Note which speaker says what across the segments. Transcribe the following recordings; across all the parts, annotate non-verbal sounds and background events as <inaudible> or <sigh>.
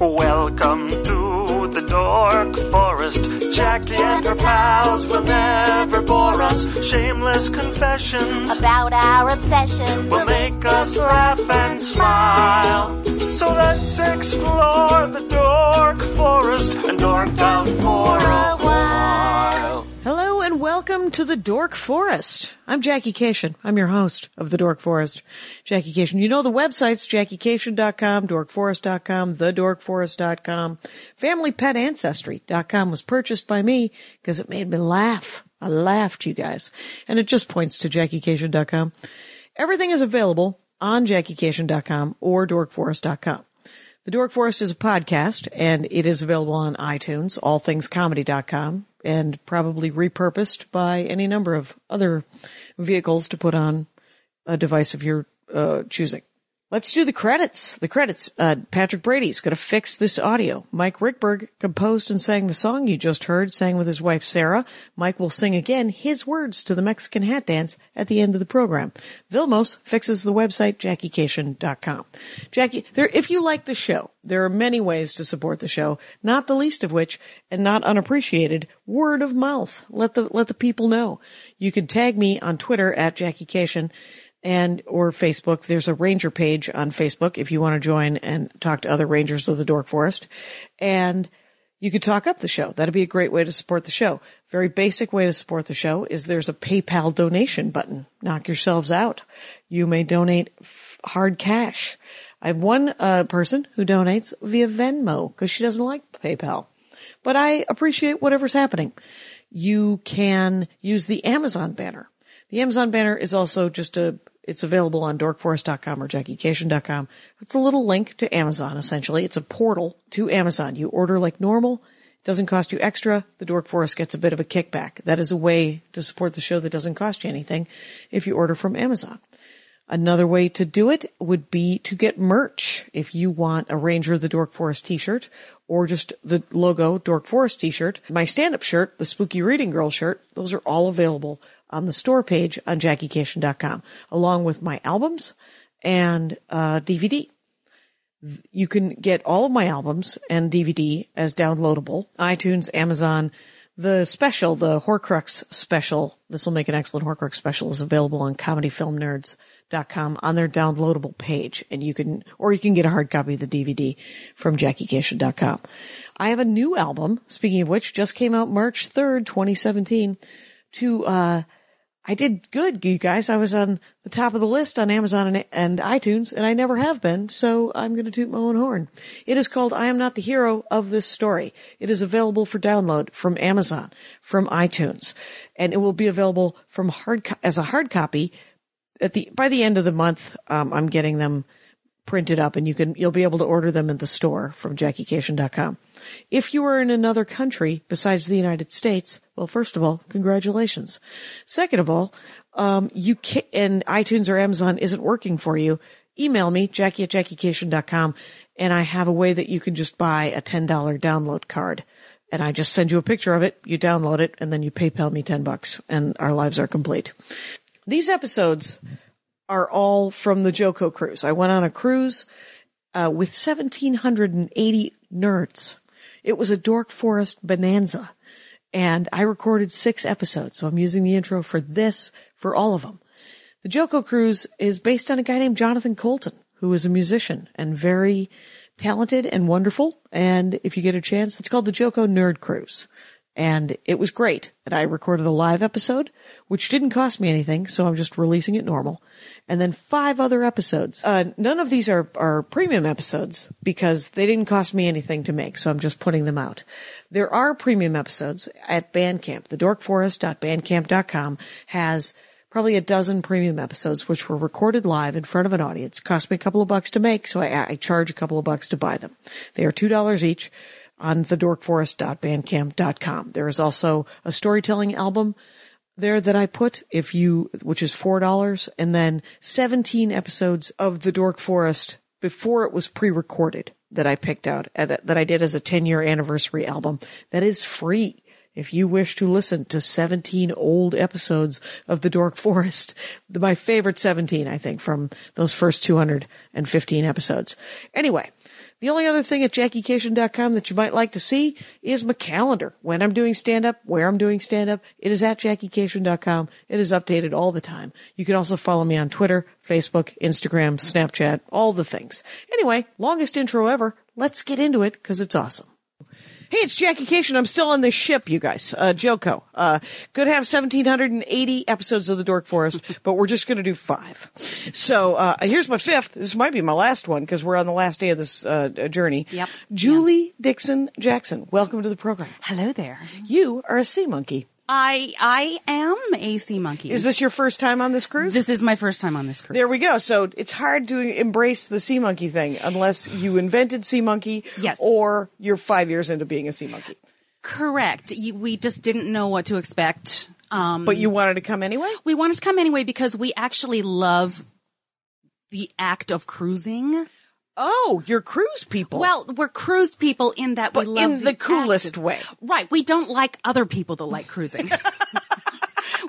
Speaker 1: Welcome to the Dork Forest. Jackie and her pals will never bore us. Shameless confessions
Speaker 2: about our obsession.
Speaker 1: will make us laugh and smile. So let's explore the Dork Forest and dork out for a while.
Speaker 3: Hello and welcome to the Dork Forest. I'm Jackie Cation. I'm your host of the Dork Forest. Jackie Cation. You know the websites, jackiecation.com, dorkforest.com, thedorkforest.com. FamilyPetAncestry.com was purchased by me because it made me laugh. I laughed, you guys. And it just points to jackiecation.com. Everything is available on jackiecation.com or dorkforest.com. The Dork Forest is a podcast and it is available on iTunes, allthingscomedy.com, and probably repurposed by any number of other vehicles to put on a device of your uh, choosing. Let's do the credits. The credits. Uh, Patrick Brady's going to fix this audio. Mike Rickberg composed and sang the song you just heard, sang with his wife Sarah. Mike will sing again his words to the Mexican hat dance at the end of the program. Vilmos fixes the website, JackieCation.com. Jackie, there, if you like the show, there are many ways to support the show, not the least of which, and not unappreciated, word of mouth. Let the, let the people know. You can tag me on Twitter at Jackie Cation and or Facebook. There's a ranger page on Facebook if you want to join and talk to other rangers of the Dork Forest. And you could talk up the show. That'd be a great way to support the show. Very basic way to support the show is there's a PayPal donation button. Knock yourselves out. You may donate f- hard cash. I have one uh, person who donates via Venmo because she doesn't like PayPal but I appreciate whatever's happening. You can use the Amazon banner. The Amazon banner is also just a, it's available on dorkforest.com or jackiecation.com. It's a little link to Amazon, essentially. It's a portal to Amazon. You order like normal. It doesn't cost you extra. The Dork Forest gets a bit of a kickback. That is a way to support the show that doesn't cost you anything if you order from Amazon. Another way to do it would be to get merch. If you want a Ranger of the Dork Forest t-shirt or just the logo Dork Forest t-shirt, my stand-up shirt, the Spooky Reading Girl shirt, those are all available on the store page on JackieCation.com along with my albums and uh, DVD. You can get all of my albums and DVD as downloadable, iTunes, Amazon, the special, the Horcrux special, this will make an excellent Horcrux special, is available on comedyfilmnerds.com on their downloadable page. And you can, or you can get a hard copy of the DVD from JackieCation.com. I have a new album, speaking of which, just came out March 3rd, 2017, to, uh, I did good, you guys. I was on the top of the list on Amazon and, and iTunes, and I never have been, so I'm going to toot my own horn. It is called I Am Not the Hero of This Story. It is available for download from Amazon, from iTunes, and it will be available from hard co- as a hard copy at the by the end of the month. Um, I'm getting them printed up and you can you'll be able to order them at the store from jackiecation.com. If you are in another country besides the United States, well first of all, congratulations. Second of all, um you can and iTunes or Amazon isn't working for you, email me jackie at jackiecation.com and I have a way that you can just buy a $10 download card and I just send you a picture of it, you download it and then you PayPal me 10 bucks and our lives are complete. These episodes are all from the Joko cruise. I went on a cruise uh, with 1,780 nerds. It was a dork forest bonanza. And I recorded six episodes, so I'm using the intro for this, for all of them. The Joko Cruise is based on a guy named Jonathan Colton, who is a musician and very talented and wonderful. And if you get a chance, it's called the Joko Nerd Cruise and it was great. And I recorded a live episode, which didn't cost me anything, so I'm just releasing it normal. And then five other episodes. Uh, none of these are, are premium episodes because they didn't cost me anything to make, so I'm just putting them out. There are premium episodes at Bandcamp. The dorkforest.bandcamp.com has probably a dozen premium episodes, which were recorded live in front of an audience. Cost me a couple of bucks to make, so I, I charge a couple of bucks to buy them. They are $2 each on thedorkforest.bandcamp.com. There is also a storytelling album there that I put if you, which is $4 and then 17 episodes of the dork forest before it was pre-recorded that I picked out at, that I did as a 10 year anniversary album that is free. If you wish to listen to 17 old episodes of The Dork Forest, <laughs> the- my favorite 17, I think, from those first 215 episodes. Anyway, the only other thing at JackieCation.com that you might like to see is my calendar. When I'm doing stand up, where I'm doing stand up, it is at JackieCation.com. It is updated all the time. You can also follow me on Twitter, Facebook, Instagram, Snapchat, all the things. Anyway, longest intro ever. Let's get into it because it's awesome. Hey, it's Jackie Cation. I'm still on this ship, you guys. Uh, Joko. Uh, good to have 1,780 episodes of The Dork Forest, <laughs> but we're just going to do five. So, uh, here's my fifth. This might be my last one because we're on the last day of this, uh, journey.
Speaker 4: Yep.
Speaker 3: Julie Dixon Jackson, welcome to the program.
Speaker 4: Hello there.
Speaker 3: You are a sea monkey.
Speaker 4: I I am a sea monkey.
Speaker 3: Is this your first time on this cruise?
Speaker 4: this is my first time on this cruise.
Speaker 3: There we go. So it's hard to embrace the sea monkey thing unless you invented sea monkey
Speaker 4: Yes.
Speaker 3: or you're five years into being a sea monkey.
Speaker 4: Correct. You, we just didn't know what to expect. Um,
Speaker 3: But you wanted to come anyway?
Speaker 4: we wanted to come anyway because we actually love the act of cruising.
Speaker 3: Oh, you're cruise people.
Speaker 4: Well, we're cruise people in that
Speaker 3: But
Speaker 4: we love
Speaker 3: in the
Speaker 4: act
Speaker 3: coolest
Speaker 4: of-
Speaker 3: way.
Speaker 4: Right. We don't like other people that
Speaker 3: <laughs>
Speaker 4: like cruising.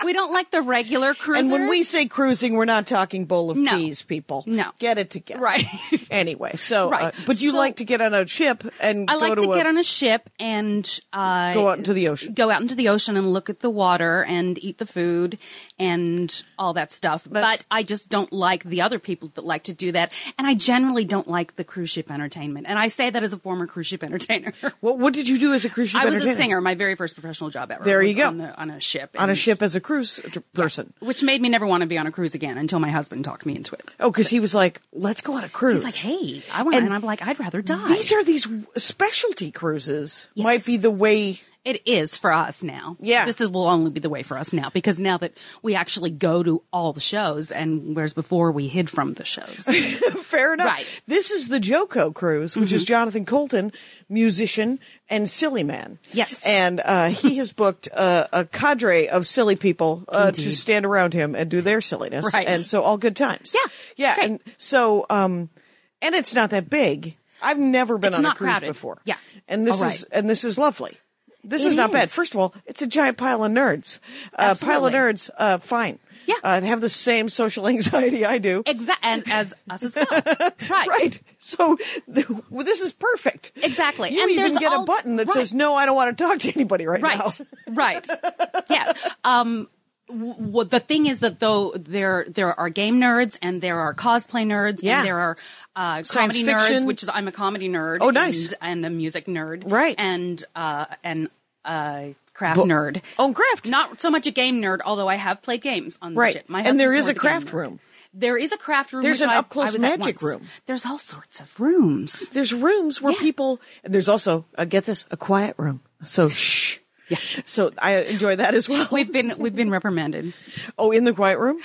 Speaker 4: we don't like the regular cruisers.
Speaker 3: and when we say cruising, we're not talking bowl of
Speaker 4: No.
Speaker 3: peas, people.
Speaker 4: No.
Speaker 3: get it together.
Speaker 4: Right.
Speaker 3: <laughs> anyway, so
Speaker 4: Right.
Speaker 3: uh, but you
Speaker 4: So-
Speaker 3: like to get on a ship and
Speaker 4: I
Speaker 3: go
Speaker 4: like
Speaker 3: to,
Speaker 4: to,
Speaker 3: a,
Speaker 4: get on a ship and uh,
Speaker 3: go out into the ocean.
Speaker 4: go out into the ocean and look at the water and eat the food and all that stuff.
Speaker 3: That's-
Speaker 4: but I just don't like the other people that like to do that. And I generally don't like the cruise ship entertainment. And I say that as a former cruise ship <laughs> entertainer.
Speaker 3: What What did you do as a cruise ship?
Speaker 4: I was a
Speaker 3: entertainer?
Speaker 4: singer, my very first professional job ever.
Speaker 3: There you
Speaker 4: was
Speaker 3: go.
Speaker 4: On, the, on a ship.
Speaker 3: on a
Speaker 4: and-
Speaker 3: ship as a cruise t- person.
Speaker 4: Which made me never want to be on a cruise again until my husband talked me into it.
Speaker 3: Oh, because he was like, "Let's go on a cruise."
Speaker 4: He's like, hey, I want to.
Speaker 3: And-
Speaker 4: And I'm like, I'd rather die.
Speaker 3: These are these w- specialty cruises. Might be the way.
Speaker 4: It is for us now.
Speaker 3: Yeah.
Speaker 4: This is, will only be the way for us now because now that we actually go to all the shows and whereas before we hid from the shows.
Speaker 3: <laughs> Fair enough.
Speaker 4: Right. Mm-hmm.
Speaker 3: This is the Joco cruise, which is Jonathan Colton, musician and silly man.
Speaker 4: Yes.
Speaker 3: And uh, he has booked uh, a cadre of silly people uh, to
Speaker 4: Indeed.
Speaker 3: stand around him and do their silliness.
Speaker 4: Right.
Speaker 3: And so all good times.
Speaker 4: Yeah,
Speaker 3: Yeah.
Speaker 4: it's great.
Speaker 3: And so, um, and it's not that big. I've never been
Speaker 4: It's
Speaker 3: on a
Speaker 4: not
Speaker 3: cruise
Speaker 4: crowded.
Speaker 3: before.
Speaker 4: Yeah.
Speaker 3: And this
Speaker 4: All
Speaker 3: is
Speaker 4: right.
Speaker 3: and this is lovely. This is
Speaker 4: It
Speaker 3: not bad.
Speaker 4: is.
Speaker 3: First of all, it's a giant pile of nerds. Uh, pile of
Speaker 4: Absolutely.
Speaker 3: nerds. Uh, fine.
Speaker 4: Yeah.
Speaker 3: Uh, they have the same social <laughs> anxiety I do.
Speaker 4: exactly. And as us as well. Right.
Speaker 3: Right. So th- well, this is perfect.
Speaker 4: Exactly.
Speaker 3: You
Speaker 4: And
Speaker 3: even
Speaker 4: there's
Speaker 3: get a
Speaker 4: all-
Speaker 3: button that
Speaker 4: right.
Speaker 3: says, no, I don't want to talk to anybody right, now.
Speaker 4: Right. <laughs> Right. Yeah. Um, w- w- the thing is that though there there are game nerds and there are cosplay nerds
Speaker 3: Yeah.
Speaker 4: and there are uh,
Speaker 3: Science
Speaker 4: comedy
Speaker 3: fiction.
Speaker 4: nerds, which is I'm a comedy nerd.
Speaker 3: Oh, nice.
Speaker 4: And, and a music nerd.
Speaker 3: Right.
Speaker 4: And uh, and uh, craft nerd.
Speaker 3: Oh, craft.
Speaker 4: Not so much a game nerd, although I have played games on the
Speaker 3: Right.
Speaker 4: ship. My
Speaker 3: And there
Speaker 4: husband's
Speaker 3: is
Speaker 4: more
Speaker 3: a
Speaker 4: of game
Speaker 3: craft
Speaker 4: nerd.
Speaker 3: room.
Speaker 4: There is a craft room.
Speaker 3: There's
Speaker 4: which
Speaker 3: an
Speaker 4: I-
Speaker 3: up-close
Speaker 4: I was at
Speaker 3: magic
Speaker 4: once.
Speaker 3: room.
Speaker 4: There's all sorts of rooms.
Speaker 3: There's rooms where
Speaker 4: Yeah.
Speaker 3: people, and there's also, uh, get this, a quiet room. So shh. Yeah. So I enjoy that as well.
Speaker 4: We've been we've been reprimanded.
Speaker 3: Oh, in the quiet room?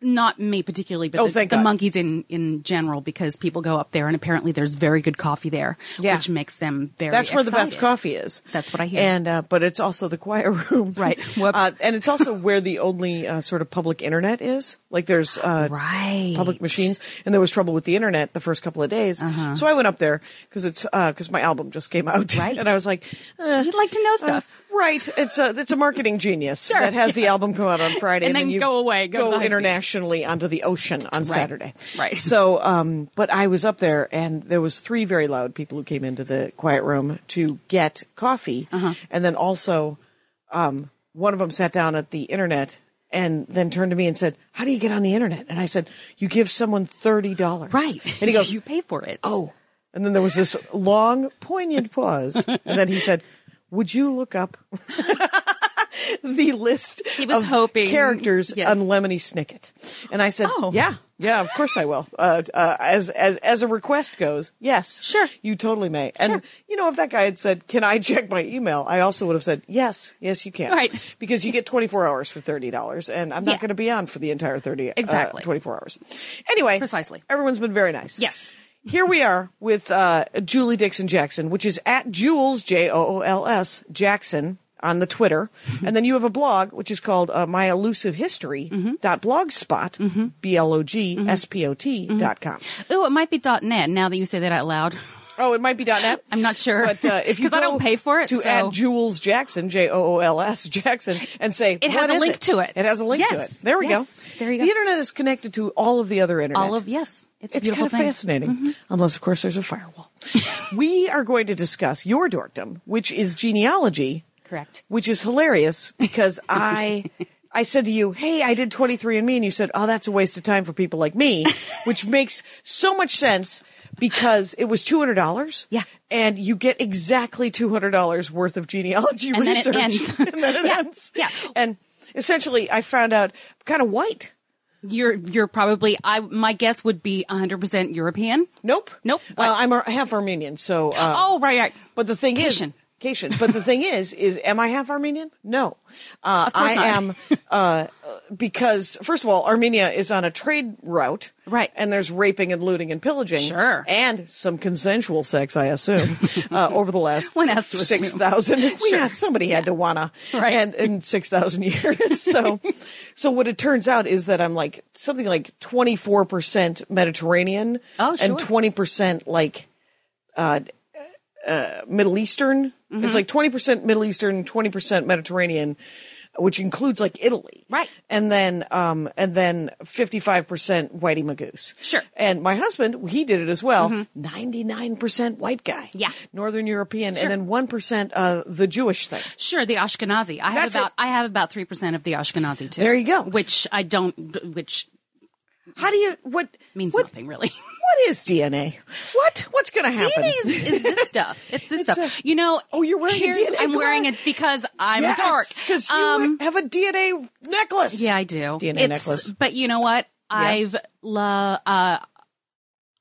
Speaker 4: Not me particularly, but
Speaker 3: Oh,
Speaker 4: the,
Speaker 3: thank
Speaker 4: the
Speaker 3: God.
Speaker 4: monkeys in in general, because people go up there and apparently there's very good coffee there,
Speaker 3: Yeah.
Speaker 4: which makes them very.
Speaker 3: That's where the best
Speaker 4: excited.
Speaker 3: coffee is.
Speaker 4: That's what I hear.
Speaker 3: And uh, but it's also the quiet <laughs> room,
Speaker 4: Right. Whoops.
Speaker 3: Uh, and it's also where the only uh, sort of public internet is. Like there's uh,
Speaker 4: Right. Uh-huh.
Speaker 3: public machines, and there was trouble with the internet the first couple of days. So I went up there because it's because my album just came out, <laughs>
Speaker 4: Right.
Speaker 3: and I was like, uh,
Speaker 4: You'd like to know
Speaker 3: uh,
Speaker 4: stuff.
Speaker 3: right? It's a it's a marketing genius that has the album come out on Friday,
Speaker 4: And then
Speaker 3: you
Speaker 4: go away, go to the high seas.
Speaker 3: internationally onto the ocean on Saturday.
Speaker 4: Right.
Speaker 3: So, um, but I was up there, and there was three very loud people who came into the quiet room to get coffee,
Speaker 4: Uh-huh.
Speaker 3: and then also um, one of them sat down at the internet and then turned to me and said, "How do you get on the internet?" And I said, "You give someone thirty dollars."
Speaker 4: Right.
Speaker 3: <laughs> And he goes,
Speaker 4: <laughs> you pay for it.
Speaker 3: "Oh." And then there was this long, poignant pause, and then he said, "Would you look up?" <laughs> The list
Speaker 4: He was
Speaker 3: of
Speaker 4: hoping-
Speaker 3: characters
Speaker 4: yes.
Speaker 3: on Lemony Snicket, and I said,
Speaker 4: Oh.
Speaker 3: "Yeah, yeah, of course I will." Uh, uh, as as as a request goes, yes,
Speaker 4: Sure.
Speaker 3: you totally may. And you know, if that guy had said, "Can I check my email?" I also would have said, "Yes, yes, you can."
Speaker 4: Right.
Speaker 3: Because you get 24 hours for $30 and I'm not
Speaker 4: Yeah.
Speaker 3: going to be on for the entire 30 uh,
Speaker 4: Exactly.
Speaker 3: 24 hours. Anyway,
Speaker 4: Precisely.
Speaker 3: Everyone's been very nice.
Speaker 4: Yes.
Speaker 3: Here we are with uh, Julie Dixon Jackson, which is at Jules J O O L S Jackson on the Twitter,
Speaker 4: Mm-hmm.
Speaker 3: and then you have a blog which is called uh, My Elusive History
Speaker 4: Mm-hmm.
Speaker 3: dot blogspot b l o g s p o t dot com.
Speaker 4: Mm-hmm. Ooh, it might be .net. Now that you say that out loud,
Speaker 3: Oh, it might be .net.
Speaker 4: I'm not sure.
Speaker 3: But uh, if you
Speaker 4: <laughs> 'Cause I
Speaker 3: go
Speaker 4: don't pay for it,
Speaker 3: to
Speaker 4: so-
Speaker 3: add Jules Jackson, J O O L S Jackson, and say
Speaker 4: It has
Speaker 3: "What
Speaker 4: a
Speaker 3: is
Speaker 4: link to it."
Speaker 3: It has a link to it.
Speaker 4: Yes.
Speaker 3: There we
Speaker 4: Yes.
Speaker 3: go.
Speaker 4: There you go.
Speaker 3: The internet is connected to all of the other internet.
Speaker 4: All of yes, it's, a
Speaker 3: It's
Speaker 4: beautiful
Speaker 3: kind of
Speaker 4: thing. Mm-hmm.
Speaker 3: fascinating, unless of course there's a firewall. <laughs> we are going to discuss your dorkdom, which is genealogy,
Speaker 4: Correct.
Speaker 3: Which is hilarious because <laughs> I, I said to you, "Hey, I did 23andMe," and you said, "Oh, that's a waste of time for people like
Speaker 4: <laughs>
Speaker 3: me," which makes so much sense because it was two hundred dollars.
Speaker 4: Yeah.
Speaker 3: and you get exactly two hundred dollars worth of genealogy
Speaker 4: And then it
Speaker 3: research,
Speaker 4: ends.
Speaker 3: <laughs> and then it
Speaker 4: Yeah,
Speaker 3: ends.
Speaker 4: yeah.
Speaker 3: and essentially, I found out I'm kind of white.
Speaker 4: You're you're probably I my guess would be 100 percent European.
Speaker 3: Nope.
Speaker 4: Nope.
Speaker 3: Uh, I'm a, half Armenian, so. Uh,
Speaker 4: Oh right, right.
Speaker 3: But the thing
Speaker 4: Cation.
Speaker 3: is, Cation. But the thing is, is am I half Armenian? No, uh,
Speaker 4: course
Speaker 3: I
Speaker 4: not.
Speaker 3: am uh, because first of all, Armenia is on a trade route,
Speaker 4: Right.
Speaker 3: And there's raping and looting and pillaging,
Speaker 4: Sure.
Speaker 3: and some consensual sex, I
Speaker 4: <laughs>
Speaker 3: assume, uh, over the last
Speaker 4: One has to assume.
Speaker 3: six
Speaker 4: <laughs>
Speaker 3: thousand. Yeah, somebody had to wanna,
Speaker 4: Right.
Speaker 3: And in six thousand years,
Speaker 4: <laughs>
Speaker 3: so so what it turns out is that I'm like something like twenty four percent Mediterranean,
Speaker 4: Oh,
Speaker 3: and
Speaker 4: sure.
Speaker 3: twenty percent like. uh, Middle Eastern.
Speaker 4: Mm-hmm.
Speaker 3: It's like 20% Middle Eastern, 20% Mediterranean, which includes like Italy.
Speaker 4: Right.
Speaker 3: And then, um, and then 55% Whitey Magoose.
Speaker 4: Sure. Mm-hmm.
Speaker 3: And my husband, he did it as well. 99% white guy.
Speaker 4: Yeah.
Speaker 3: Northern European.
Speaker 4: Sure.
Speaker 3: And then 1%, uh, the Jewish thing.
Speaker 4: Sure, the Ashkenazi. I have
Speaker 3: That's
Speaker 4: about
Speaker 3: it.
Speaker 4: I have about three percent of the Ashkenazi too.
Speaker 3: There you go.
Speaker 4: Which I don't. Which
Speaker 3: How do you, what,
Speaker 4: means
Speaker 3: what,
Speaker 4: nothing really. <laughs>
Speaker 3: what is DNA? What, what's going to happen?
Speaker 4: DNA is, is this stuff. It's this stuff. you know.
Speaker 3: Oh, you're wearing a
Speaker 4: here's-
Speaker 3: DNA
Speaker 4: I'm wearing it
Speaker 3: glove?
Speaker 4: because I'm
Speaker 3: yes,
Speaker 4: dark.
Speaker 3: Cause you
Speaker 4: Um,
Speaker 3: have a DNA necklace.
Speaker 4: Yeah, I do.
Speaker 3: DNA necklace.
Speaker 4: But you know what? I've lo- uh,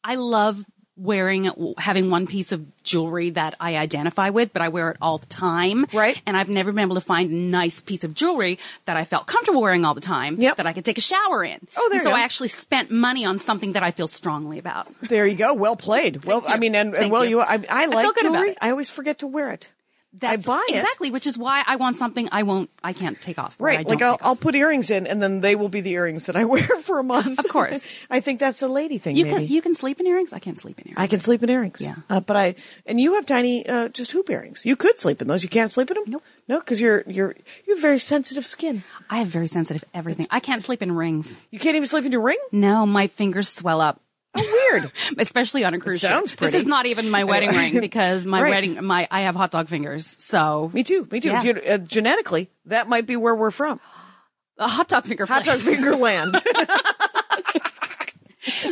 Speaker 4: I love wearing having one piece of jewelry that I identify with, but I wear it all the time.
Speaker 3: Right.
Speaker 4: And I've never been able to find a nice piece of jewelry that I felt comfortable wearing all the time.
Speaker 3: Yep.
Speaker 4: That I could take a shower in.
Speaker 3: Oh, there
Speaker 4: And
Speaker 3: you
Speaker 4: so
Speaker 3: go.
Speaker 4: I actually spent money on something that I feel strongly about.
Speaker 3: There you go. Well played. Well, I mean, and, and
Speaker 4: Thank
Speaker 3: well, you,
Speaker 4: you.
Speaker 3: I, I like
Speaker 4: feel good about
Speaker 3: jewelry.
Speaker 4: it.
Speaker 3: I always forget to wear it.
Speaker 4: That's
Speaker 3: I buy it.
Speaker 4: exactly, which is why I want something I won't, I can't take off. or
Speaker 3: Right.
Speaker 4: I don't
Speaker 3: Like I'll,
Speaker 4: take off.
Speaker 3: I'll put earrings in and then they will be the earrings that I <laughs> wear for a month.
Speaker 4: Of course.
Speaker 3: <laughs> I think that's a lady thing.
Speaker 4: you
Speaker 3: maybe.
Speaker 4: can you can sleep in earrings. I can't sleep in earrings.
Speaker 3: I can sleep in earrings.
Speaker 4: Yeah.
Speaker 3: Uh, but I, and you have tiny, uh, just hoop earrings. You could sleep in those. You can't sleep in them?
Speaker 4: Nope.
Speaker 3: No, cause you're, you're, you have very sensitive skin.
Speaker 4: I have very sensitive everything. I can't sleep in rings.
Speaker 3: You can't even sleep in your ring?
Speaker 4: No, my fingers swell up.
Speaker 3: Oh, <laughs> weird.
Speaker 4: Especially on a cruise
Speaker 3: sounds
Speaker 4: ship.
Speaker 3: pretty.
Speaker 4: This is not even my
Speaker 3: <laughs>
Speaker 4: wedding ring because my
Speaker 3: Right.
Speaker 4: wedding, my I have hot dog fingers. So
Speaker 3: me too. Me too.
Speaker 4: Yeah.
Speaker 3: You- uh, genetically, that might be where we're from.
Speaker 4: a hot dog finger.
Speaker 3: Hot dog
Speaker 4: place. <laughs>
Speaker 3: finger land.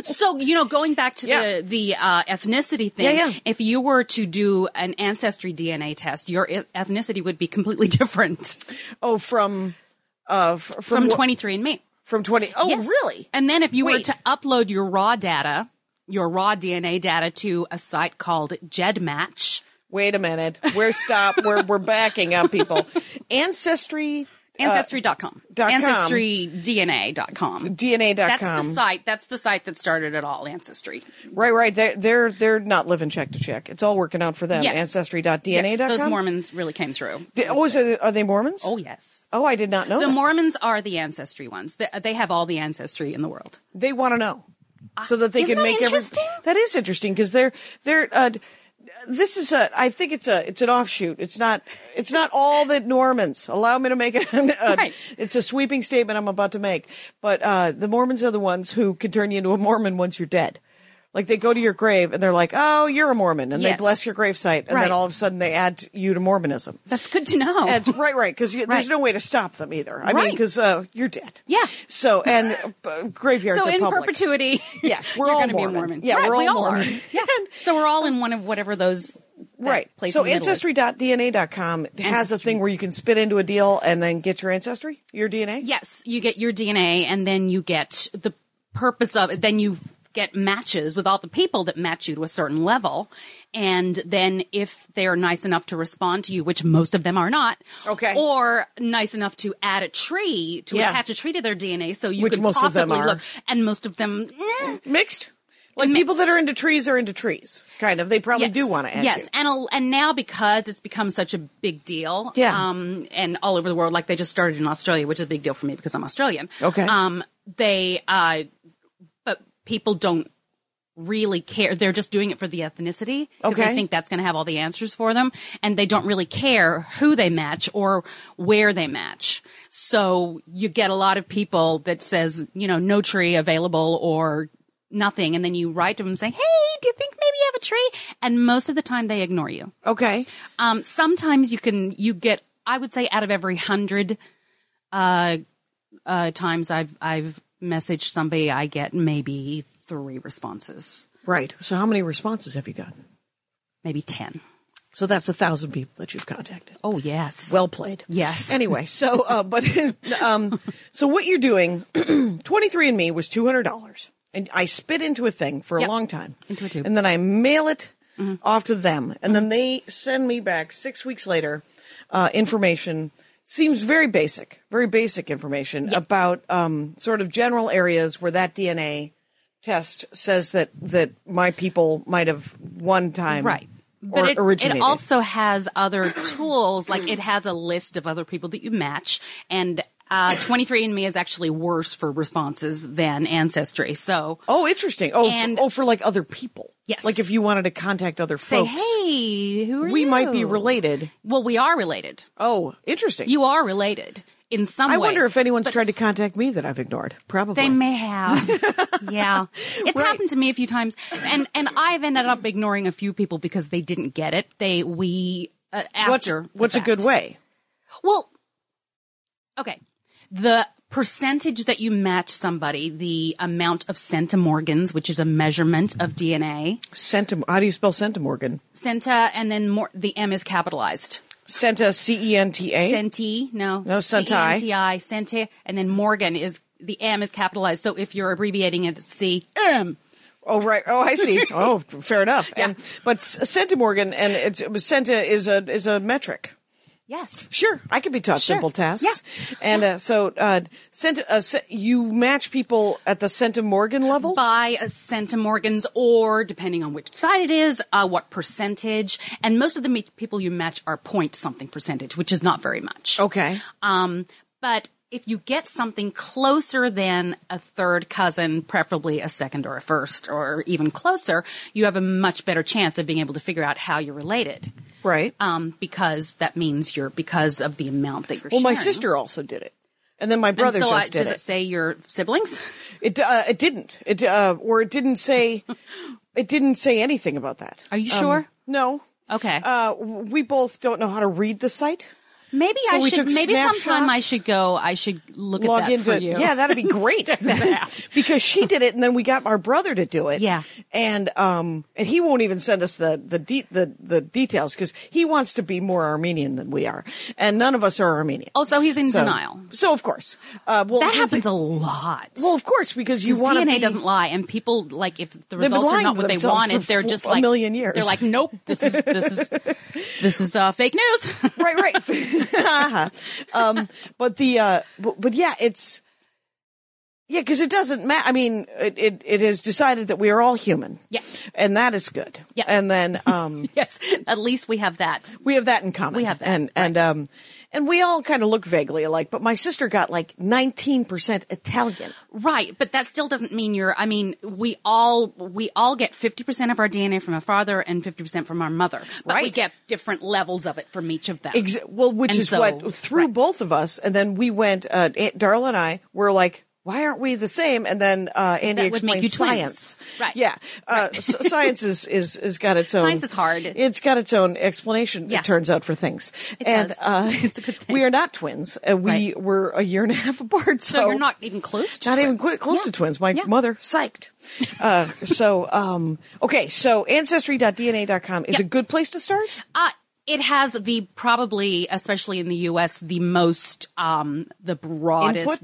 Speaker 4: So you know, going back to
Speaker 3: Yeah.
Speaker 4: the the uh, ethnicity thing,
Speaker 3: Yeah, yeah.
Speaker 4: if you were to do an ancestry DNA test, your e- ethnicity would be completely <laughs> different
Speaker 3: oh, from, uh, f- from,
Speaker 4: from
Speaker 3: wh-
Speaker 4: twenty three andme
Speaker 3: From 20. Oh,
Speaker 4: Yes.
Speaker 3: really?
Speaker 4: And then if you were
Speaker 3: Wait.
Speaker 4: to upload your raw data, your raw DNA data to a site called GEDmatch.
Speaker 3: Wait a minute. We're stop. we're we're backing up, people. Ancestry
Speaker 4: Ancestry.com.
Speaker 3: Uh, dot com.
Speaker 4: AncestryDNA.com.
Speaker 3: DNA.com.
Speaker 4: That's the site. That's the site that started it all, Ancestry.
Speaker 3: Right, right. They're they're they're not living check to check. It's all working out for them.
Speaker 4: Yes.
Speaker 3: Ancestry.dna.com.
Speaker 4: Yes, those Mormons really came through.
Speaker 3: D- Oh, is it, are they Mormons?
Speaker 4: Oh, yes.
Speaker 3: Oh, I did not know.
Speaker 4: The
Speaker 3: that.
Speaker 4: Mormons are the Ancestry ones. They, they have all the Ancestry in the world.
Speaker 3: they want to know so that they
Speaker 4: Ah, Isn't
Speaker 3: can
Speaker 4: that
Speaker 3: make every.
Speaker 4: interesting?
Speaker 3: That is interesting because they're they're. Uh, d- this is a. I think it's a. It's an offshoot. It's not. It's not all that Mormons. Allow me to make a. a-
Speaker 4: <laughs> Right.
Speaker 3: It's a sweeping statement I'm about to make. But uh, the Mormons are the ones who can turn you into a Mormon once you're dead. Like they go to your grave and they're like, "Oh, you're a Mormon," and they
Speaker 4: Yes.
Speaker 3: bless your gravesite, and
Speaker 4: Right.
Speaker 3: then all of a sudden they add you to Mormonism.
Speaker 4: That's good to know.
Speaker 3: That's right, right. Because there's
Speaker 4: Oh. Right.
Speaker 3: no way to stop them either. I mean,
Speaker 4: Right.
Speaker 3: because uh, you're dead.
Speaker 4: Yeah.
Speaker 3: So and uh, graveyards
Speaker 4: so
Speaker 3: are
Speaker 4: in
Speaker 3: public.
Speaker 4: perpetuity,
Speaker 3: <laughs> Yes, we're
Speaker 4: you're
Speaker 3: all
Speaker 4: gonna
Speaker 3: Mormon.
Speaker 4: be a Mormon.
Speaker 3: Yeah,
Speaker 4: Right,
Speaker 3: we're
Speaker 4: we
Speaker 3: all
Speaker 4: all
Speaker 3: Mormon. <laughs>
Speaker 4: Are. Yeah, so we're all in one of whatever those that
Speaker 3: Right.
Speaker 4: Place
Speaker 3: So
Speaker 4: in the middle is.
Speaker 3: ancestry.dna.com has a thing where you can spit into a deal and then get your ancestry, your DNA.
Speaker 4: Yes, you get your DNA, and then you get the purpose of it. Then you get matches with all the people that match you to a certain level. And then if they're nice enough to respond to you, which most of them are not,
Speaker 3: Okay.
Speaker 4: or nice enough to add a tree to
Speaker 3: Yeah.
Speaker 4: attach a tree to their DNA, so you
Speaker 3: Which
Speaker 4: can
Speaker 3: most of them
Speaker 4: possibly
Speaker 3: are.
Speaker 4: look. And most of them, eh,
Speaker 3: Mixed. Like people that
Speaker 4: Mixed.
Speaker 3: are into trees are into trees, kind of. They probably do want to add
Speaker 4: Yes,
Speaker 3: you.
Speaker 4: and a, and now because it's become such a big deal,
Speaker 3: Yeah.
Speaker 4: um, and all over the world, like they just started in Australia, which is a big deal for Um, me because I'm Australian.
Speaker 3: Okay.
Speaker 4: um, they uh, but people don't really care. They're just doing it for the ethnicity because
Speaker 3: Okay.
Speaker 4: they think that's going to have all the answers for them, and they don't really care who they match or where they match. So you get a lot of people that says, you know, no tree available or nothing, and then you write to them saying, "Hey, do you think maybe you have a tree?" And most of the time they ignore you.
Speaker 3: Okay.
Speaker 4: Um, sometimes you can you get I would say out of every hundred uh, uh, times I've I've messaged somebody, I get maybe three responses,
Speaker 3: Right. So how many responses have you gotten?
Speaker 4: maybe ten.
Speaker 3: So that's a thousand people that you've contacted.
Speaker 4: Oh yes.
Speaker 3: Well played.
Speaker 4: Yes.
Speaker 3: Anyway, so uh, <laughs> but um, so what you're doing? <clears throat> Twenty three and Me was two hundred dollars, and I spit into a thing for
Speaker 4: Yep.
Speaker 3: a long time,
Speaker 4: Into a tube. Mm-hmm.
Speaker 3: and then I mail it off to them, and then they send me back six weeks later uh, information. Seems very basic, very basic information about um, sort of general areas where that DNA test says that that my people might have one time
Speaker 4: right.
Speaker 3: or
Speaker 4: But it, it
Speaker 3: originated.
Speaker 4: also has other tools, like it has a list of other people that you match, and uh, 23andMe is actually worse for responses than Ancestry. So
Speaker 3: Oh, interesting. Oh,
Speaker 4: And-
Speaker 3: for, oh, for like other people.
Speaker 4: Yes.
Speaker 3: Like if you wanted to contact other
Speaker 4: say,
Speaker 3: folks.
Speaker 4: hey, who are
Speaker 3: we
Speaker 4: you?
Speaker 3: might be related.
Speaker 4: Well, we are related.
Speaker 3: Oh, interesting.
Speaker 4: You are related in some
Speaker 3: I
Speaker 4: way.
Speaker 3: wonder if anyone's tried to contact me that I've ignored. Probably.
Speaker 4: They
Speaker 3: <laughs>
Speaker 4: may have. yeah. It's happened to me a few times. And and I've ended up ignoring a few people because they didn't get it. They we uh,
Speaker 3: what's
Speaker 4: after the
Speaker 3: what's a
Speaker 4: fact.
Speaker 3: good way?
Speaker 4: Well, okay. The percentage that you match somebody, the amount of centimorgans, which is a measurement of DNA,
Speaker 3: Centim how do you spell centimorgan?
Speaker 4: centa, and then more, the M is capitalized.
Speaker 3: Centa C E N T A.
Speaker 4: Centi, no. E
Speaker 3: No, centi.
Speaker 4: C-E-N-T-I, centi, and then Morgan is, the M is capitalized. So if you're abbreviating it, it's C-M.
Speaker 3: Oh right. Oh I
Speaker 4: <laughs>
Speaker 3: see. oh fair enough. And but s- centimorgan and it's centa is a is a metric.
Speaker 4: Yes.
Speaker 3: Sure, I could be taught simple tasks.
Speaker 4: Yeah.
Speaker 3: And uh, so uh, cent- uh, ce- you match people at the centimorgan level?
Speaker 4: by a centimorgans or depending on which side it is, uh, what percentage. And most of the me- people you match are point something percentage, which is not very much.
Speaker 3: Okay.
Speaker 4: Um, but if you get something closer than a third cousin, preferably a second or a first or even closer, you have a much better chance of being able to figure out how you're related.
Speaker 3: Right.
Speaker 4: Um, because that means you're because of the amount that you're
Speaker 3: Well, my
Speaker 4: sharing.
Speaker 3: sister also did it, and then my
Speaker 4: And
Speaker 3: brother
Speaker 4: so I-
Speaker 3: just did
Speaker 4: does
Speaker 3: it.
Speaker 4: it say your
Speaker 3: <laughs>
Speaker 4: siblings?
Speaker 3: It uh, it didn't. It uh, or it didn't
Speaker 4: <laughs>
Speaker 3: say. it didn't say anything about that. Um,
Speaker 4: Are you sure?
Speaker 3: No.
Speaker 4: Okay.
Speaker 3: Uh, we both don't know how to read the site.
Speaker 4: Maybe
Speaker 3: So we
Speaker 4: I
Speaker 3: took
Speaker 4: should. Maybe sometime I
Speaker 3: snapshots.
Speaker 4: should go. I should look
Speaker 3: Log
Speaker 4: at that
Speaker 3: into
Speaker 4: for you.
Speaker 3: yeah, that'd be
Speaker 4: <laughs>
Speaker 3: great <laughs> because she did it, and then we got our brother to do it.
Speaker 4: Yeah.
Speaker 3: and um, and he won't even send us the the de- the, the details because he wants to be more Armenian than we are, and none of us are Armenian.
Speaker 4: Oh, so he's in
Speaker 3: <laughs> So-
Speaker 4: denial.
Speaker 3: So of course, uh, well
Speaker 4: That happens a lot.
Speaker 3: Well, of course, because you
Speaker 4: 'Cause
Speaker 3: want
Speaker 4: DNA doesn't lie, and people like if the
Speaker 3: been
Speaker 4: results are
Speaker 3: lying
Speaker 4: not
Speaker 3: to
Speaker 4: what they
Speaker 3: themselves
Speaker 4: wanted,
Speaker 3: for
Speaker 4: they're
Speaker 3: f-
Speaker 4: just
Speaker 3: a
Speaker 4: like
Speaker 3: million years.
Speaker 4: They're like, nope, this is
Speaker 3: <laughs>
Speaker 4: this is this is uh, fake news.
Speaker 3: <laughs> right, right. um, but the uh, but, but yeah, it's yeah, because it doesn't matter. I mean, it, it it has decided that we are all human.
Speaker 4: Yeah.
Speaker 3: and that is good.
Speaker 4: Yeah.
Speaker 3: and then
Speaker 4: <laughs>
Speaker 3: um,
Speaker 4: <laughs> yes, at least we have that.
Speaker 3: we have that in common.
Speaker 4: We have that,
Speaker 3: and and um, and we all kind of look vaguely alike. But my sister got like nineteen percent Italian.
Speaker 4: Right, but that still doesn't mean you're. I mean, we all we all get fifty percent of our DNA from our father and fifty percent from our mother. But we
Speaker 3: Right.
Speaker 4: get different levels of it from each of them.
Speaker 3: Ex- well, which
Speaker 4: And
Speaker 3: is
Speaker 4: so-
Speaker 3: what threw
Speaker 4: right.
Speaker 3: both of us. And then we went. Uh, Aunt Darla and I were like. Why aren't we the same? And then uh, Andy
Speaker 4: That would make
Speaker 3: explained
Speaker 4: you twins.
Speaker 3: science.
Speaker 4: Right.
Speaker 3: Yeah. Uh, s- science is is is got its own.
Speaker 4: Science is hard.
Speaker 3: It's got its own explanation.
Speaker 4: Yeah.
Speaker 3: It turns out for things. and
Speaker 4: does.
Speaker 3: Uh,
Speaker 4: <laughs> It's a good thing.
Speaker 3: We are not twins. Uh, we
Speaker 4: Right.
Speaker 3: were a year and a half <laughs> apart. So,
Speaker 4: so, you're not even close to
Speaker 3: not even
Speaker 4: twins.
Speaker 3: cl- close
Speaker 4: Yeah.
Speaker 3: to twins. My
Speaker 4: Yeah.
Speaker 3: mother
Speaker 4: <laughs>
Speaker 3: psyched. Uh, so um, okay. So ancestry.dna.com is a good place to start.
Speaker 4: Uh, it has the probably, especially in the U.S., the most, um, the broadest
Speaker 3: Input?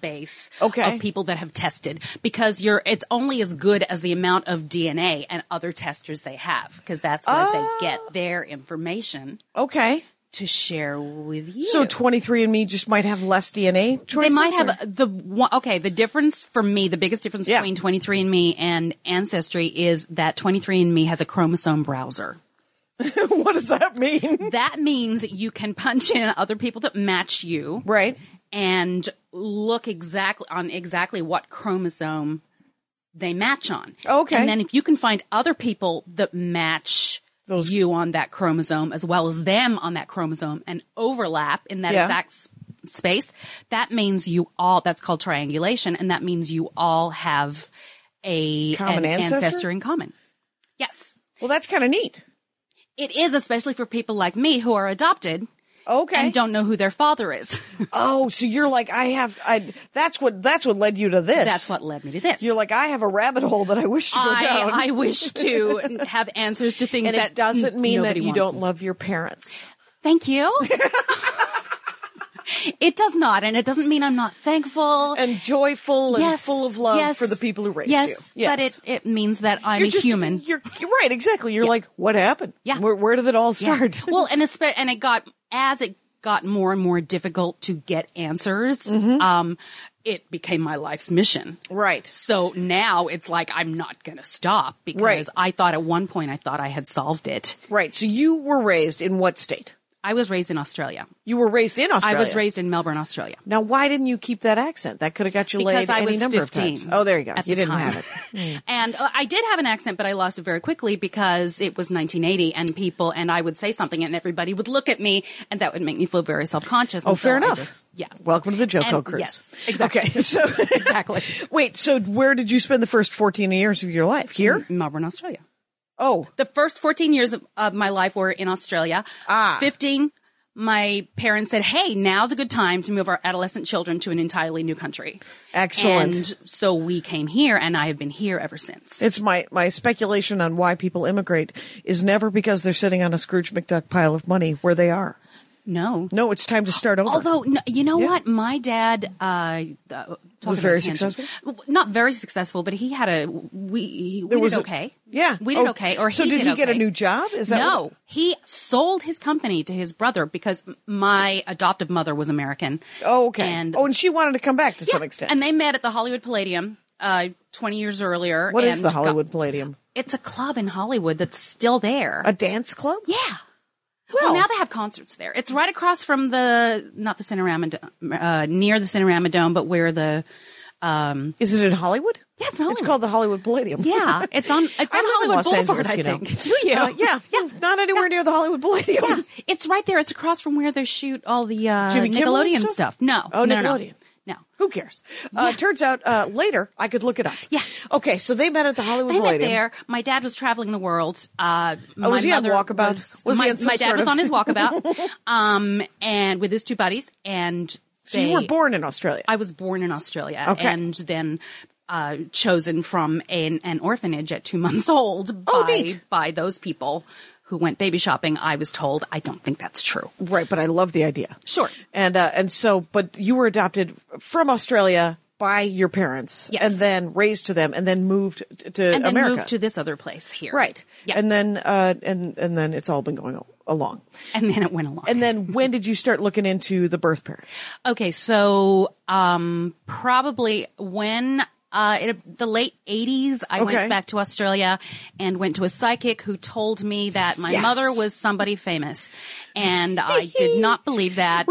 Speaker 4: database
Speaker 3: Okay.
Speaker 4: of people that have tested because you're it's only as good as the amount of DNA and other testers they have because that's where
Speaker 3: Oh.
Speaker 4: they get their information
Speaker 3: Okay.
Speaker 4: to share with you.
Speaker 3: So 23andMe just might have less DNA
Speaker 4: they
Speaker 3: choices?
Speaker 4: might
Speaker 3: or-
Speaker 4: have the one, okay. The difference for me, the biggest difference
Speaker 3: Yeah.
Speaker 4: between 23andMe and Ancestry is that 23andMe has a chromosome browser.
Speaker 3: <laughs> what does that mean?
Speaker 4: That means you can punch in other people that match you.
Speaker 3: Right.
Speaker 4: and look exactly on exactly what chromosome they match on.
Speaker 3: Okay.
Speaker 4: And then if you can find other people that match
Speaker 3: Those-
Speaker 4: you on that chromosome as well as them on that chromosome and overlap in that
Speaker 3: Yeah.
Speaker 4: exact s- space, that means you all, that's called triangulation, and that means you all have a
Speaker 3: Common
Speaker 4: an
Speaker 3: ancestor?
Speaker 4: in common. Yes.
Speaker 3: Well, that's kind of neat.
Speaker 4: It is, especially for people like me who are adopted
Speaker 3: Okay.
Speaker 4: and don't know who their father is. <laughs>
Speaker 3: oh, so you're like I have I that's what that's what led you to this.
Speaker 4: That's what led me to this.
Speaker 3: You're like I have a rabbit hole that I wish to go down.
Speaker 4: I, I wish
Speaker 3: <laughs>
Speaker 4: to have answers to things
Speaker 3: and
Speaker 4: that
Speaker 3: it doesn't
Speaker 4: n-
Speaker 3: mean that
Speaker 4: nobody
Speaker 3: you
Speaker 4: wants
Speaker 3: don't
Speaker 4: me to.
Speaker 3: love your parents.
Speaker 4: Thank
Speaker 3: <laughs>
Speaker 4: you. it does not, and it doesn't mean I'm not thankful.
Speaker 3: And joyful and
Speaker 4: yes,
Speaker 3: full of love
Speaker 4: yes,
Speaker 3: for the people who raised
Speaker 4: yes,
Speaker 3: you.
Speaker 4: but it it means that I'm
Speaker 3: you're
Speaker 4: a
Speaker 3: just,
Speaker 4: human.
Speaker 3: You're, you're right, exactly. You're like, what happened?
Speaker 4: Yeah.
Speaker 3: Where, where did it all
Speaker 4: Yeah.
Speaker 3: start?
Speaker 4: well, and espe- and it got as it got more and more difficult to get answers.
Speaker 3: Mm-hmm.
Speaker 4: Um, it became my life's mission.
Speaker 3: <laughs> right.
Speaker 4: So now it's like I'm not going to stop because
Speaker 3: Right.
Speaker 4: I thought at one point I thought I had solved it.
Speaker 3: Right. So you were raised in what state?
Speaker 4: I was raised in Australia.
Speaker 3: You were raised in
Speaker 4: I
Speaker 3: Australia.
Speaker 4: was raised in Melbourne, Australia.
Speaker 3: Now, why didn't you keep that accent? That could have got you
Speaker 4: Because
Speaker 3: laid
Speaker 4: I
Speaker 3: any
Speaker 4: was
Speaker 3: number
Speaker 4: 15.
Speaker 3: of times. Oh, there you go.
Speaker 4: at
Speaker 3: you
Speaker 4: the
Speaker 3: didn't
Speaker 4: time.
Speaker 3: have it. Oh, <laughs> Hmm.
Speaker 4: and uh, I did have an accent, but I lost it very quickly because it was 1980 and people, and I would say something and everybody would look at me and that would make me feel very self-conscious.
Speaker 3: Oh,
Speaker 4: and so
Speaker 3: fair
Speaker 4: I
Speaker 3: enough.
Speaker 4: just- yeah.
Speaker 3: Welcome to the Joco
Speaker 4: And-
Speaker 3: Cruise.
Speaker 4: yes, exactly.
Speaker 3: Okay. So, <laughs>
Speaker 4: Exactly.
Speaker 3: wait, so where did you spend the first 14 years of your life? Here?
Speaker 4: Melbourne, Australia. Mm-hmm.
Speaker 3: Oh,
Speaker 4: The first 14 years of, of my life were in Australia. Ah. 15, my parents said, hey, now's a good time to move our adolescent children to an entirely new country.
Speaker 3: excellent.
Speaker 4: And so we came here and I have been here ever since.
Speaker 3: It's my, my speculation on why people immigrate is never because they're sitting on a Scrooge McDuck pile of money where they are.
Speaker 4: no.
Speaker 3: No, it's time to start over.
Speaker 4: Although, no, you know what? My dad uh, uh, talk about
Speaker 3: very
Speaker 4: a tangent.
Speaker 3: successful?
Speaker 4: W- Not very successful, but he had a we. He, we
Speaker 3: There
Speaker 4: did
Speaker 3: was a-
Speaker 4: okay.
Speaker 3: yeah.
Speaker 4: we did
Speaker 3: Oh,
Speaker 4: okay. Or
Speaker 3: so
Speaker 4: he
Speaker 3: did he get a
Speaker 4: okay.
Speaker 3: new job? Is that
Speaker 4: no?
Speaker 3: what-
Speaker 4: He sold his company to his brother because m- my adoptive mother was American.
Speaker 3: oh, okay.
Speaker 4: And
Speaker 3: oh, and she wanted to come back to some
Speaker 4: Yeah,
Speaker 3: extent.
Speaker 4: and they met at the Hollywood Palladium uh, twenty years earlier.
Speaker 3: what is
Speaker 4: and
Speaker 3: the
Speaker 4: got-
Speaker 3: Hollywood Palladium?
Speaker 4: it's a club in Hollywood that's still there.
Speaker 3: A dance club?
Speaker 4: yeah. Well, now they have concerts there. It's right across from the not the Cinerama Dome, uh, near the Cinerama Dome, but where the um,
Speaker 3: Is it in Hollywood?
Speaker 4: Yeah, it's in Hollywood.
Speaker 3: It's called the Hollywood Palladium. <laughs>
Speaker 4: Yeah, <laughs> it's on- it's on
Speaker 3: I live in
Speaker 4: Hollywood
Speaker 3: Los
Speaker 4: Boulevard,
Speaker 3: Angeles,
Speaker 4: I
Speaker 3: you know.
Speaker 4: think. Do you?
Speaker 3: Uh, <laughs> yeah,
Speaker 4: Yeah.
Speaker 3: Not anywhere near the Hollywood Palladium.
Speaker 4: Yeah, it's right there. It's across from where they shoot all the uh,
Speaker 3: Jimmy Kimmel and
Speaker 4: Nickelodeon
Speaker 3: stuff?
Speaker 4: stuff? No.
Speaker 3: Oh,
Speaker 4: no, no,
Speaker 3: Nickelodeon.
Speaker 4: No. no.
Speaker 3: <laughs> Who cares? Uh, turns out uh, later I could look it up.
Speaker 4: Yeah.
Speaker 3: Okay, so they met at the Hollywood
Speaker 4: They met
Speaker 3: Palladium.
Speaker 4: there. My dad was traveling the world. Uh, my
Speaker 3: Oh, was he on
Speaker 4: mother
Speaker 3: walkabout?
Speaker 4: Was,
Speaker 3: Was he
Speaker 4: my,
Speaker 3: on some
Speaker 4: my dad
Speaker 3: sort
Speaker 4: was
Speaker 3: of-
Speaker 4: on
Speaker 3: <laughs>
Speaker 4: his walkabout, um, and with his two buddies. And
Speaker 3: So you
Speaker 4: they-
Speaker 3: were born in Australia.
Speaker 4: I was born in Australia,
Speaker 3: Okay.
Speaker 4: and then uh, chosen from an, an orphanage at two <laughs> months old by
Speaker 3: Oh, neat.
Speaker 4: by those people who went baby shopping. I was told I don't think that's true.
Speaker 3: right, but I love the idea.
Speaker 4: Sure.
Speaker 3: And uh, and so, but you were adopted from Australia by your parents,
Speaker 4: Yes.
Speaker 3: and then raised to them, and then moved t- to
Speaker 4: and then
Speaker 3: America.
Speaker 4: moved to this other place here.
Speaker 3: right.
Speaker 4: Yeah.
Speaker 3: And
Speaker 4: And,
Speaker 3: then uh, and and then it's all been going al- along.
Speaker 4: then it went along.
Speaker 3: And then when did you start looking into the birth parents?
Speaker 4: okay, so um, probably when uh, it, the late 80s, I
Speaker 3: Okay.
Speaker 4: went back to Australia and went to a psychic who told me that my
Speaker 3: Yes.
Speaker 4: mother was somebody famous. And I
Speaker 3: <laughs>
Speaker 4: did not believe that.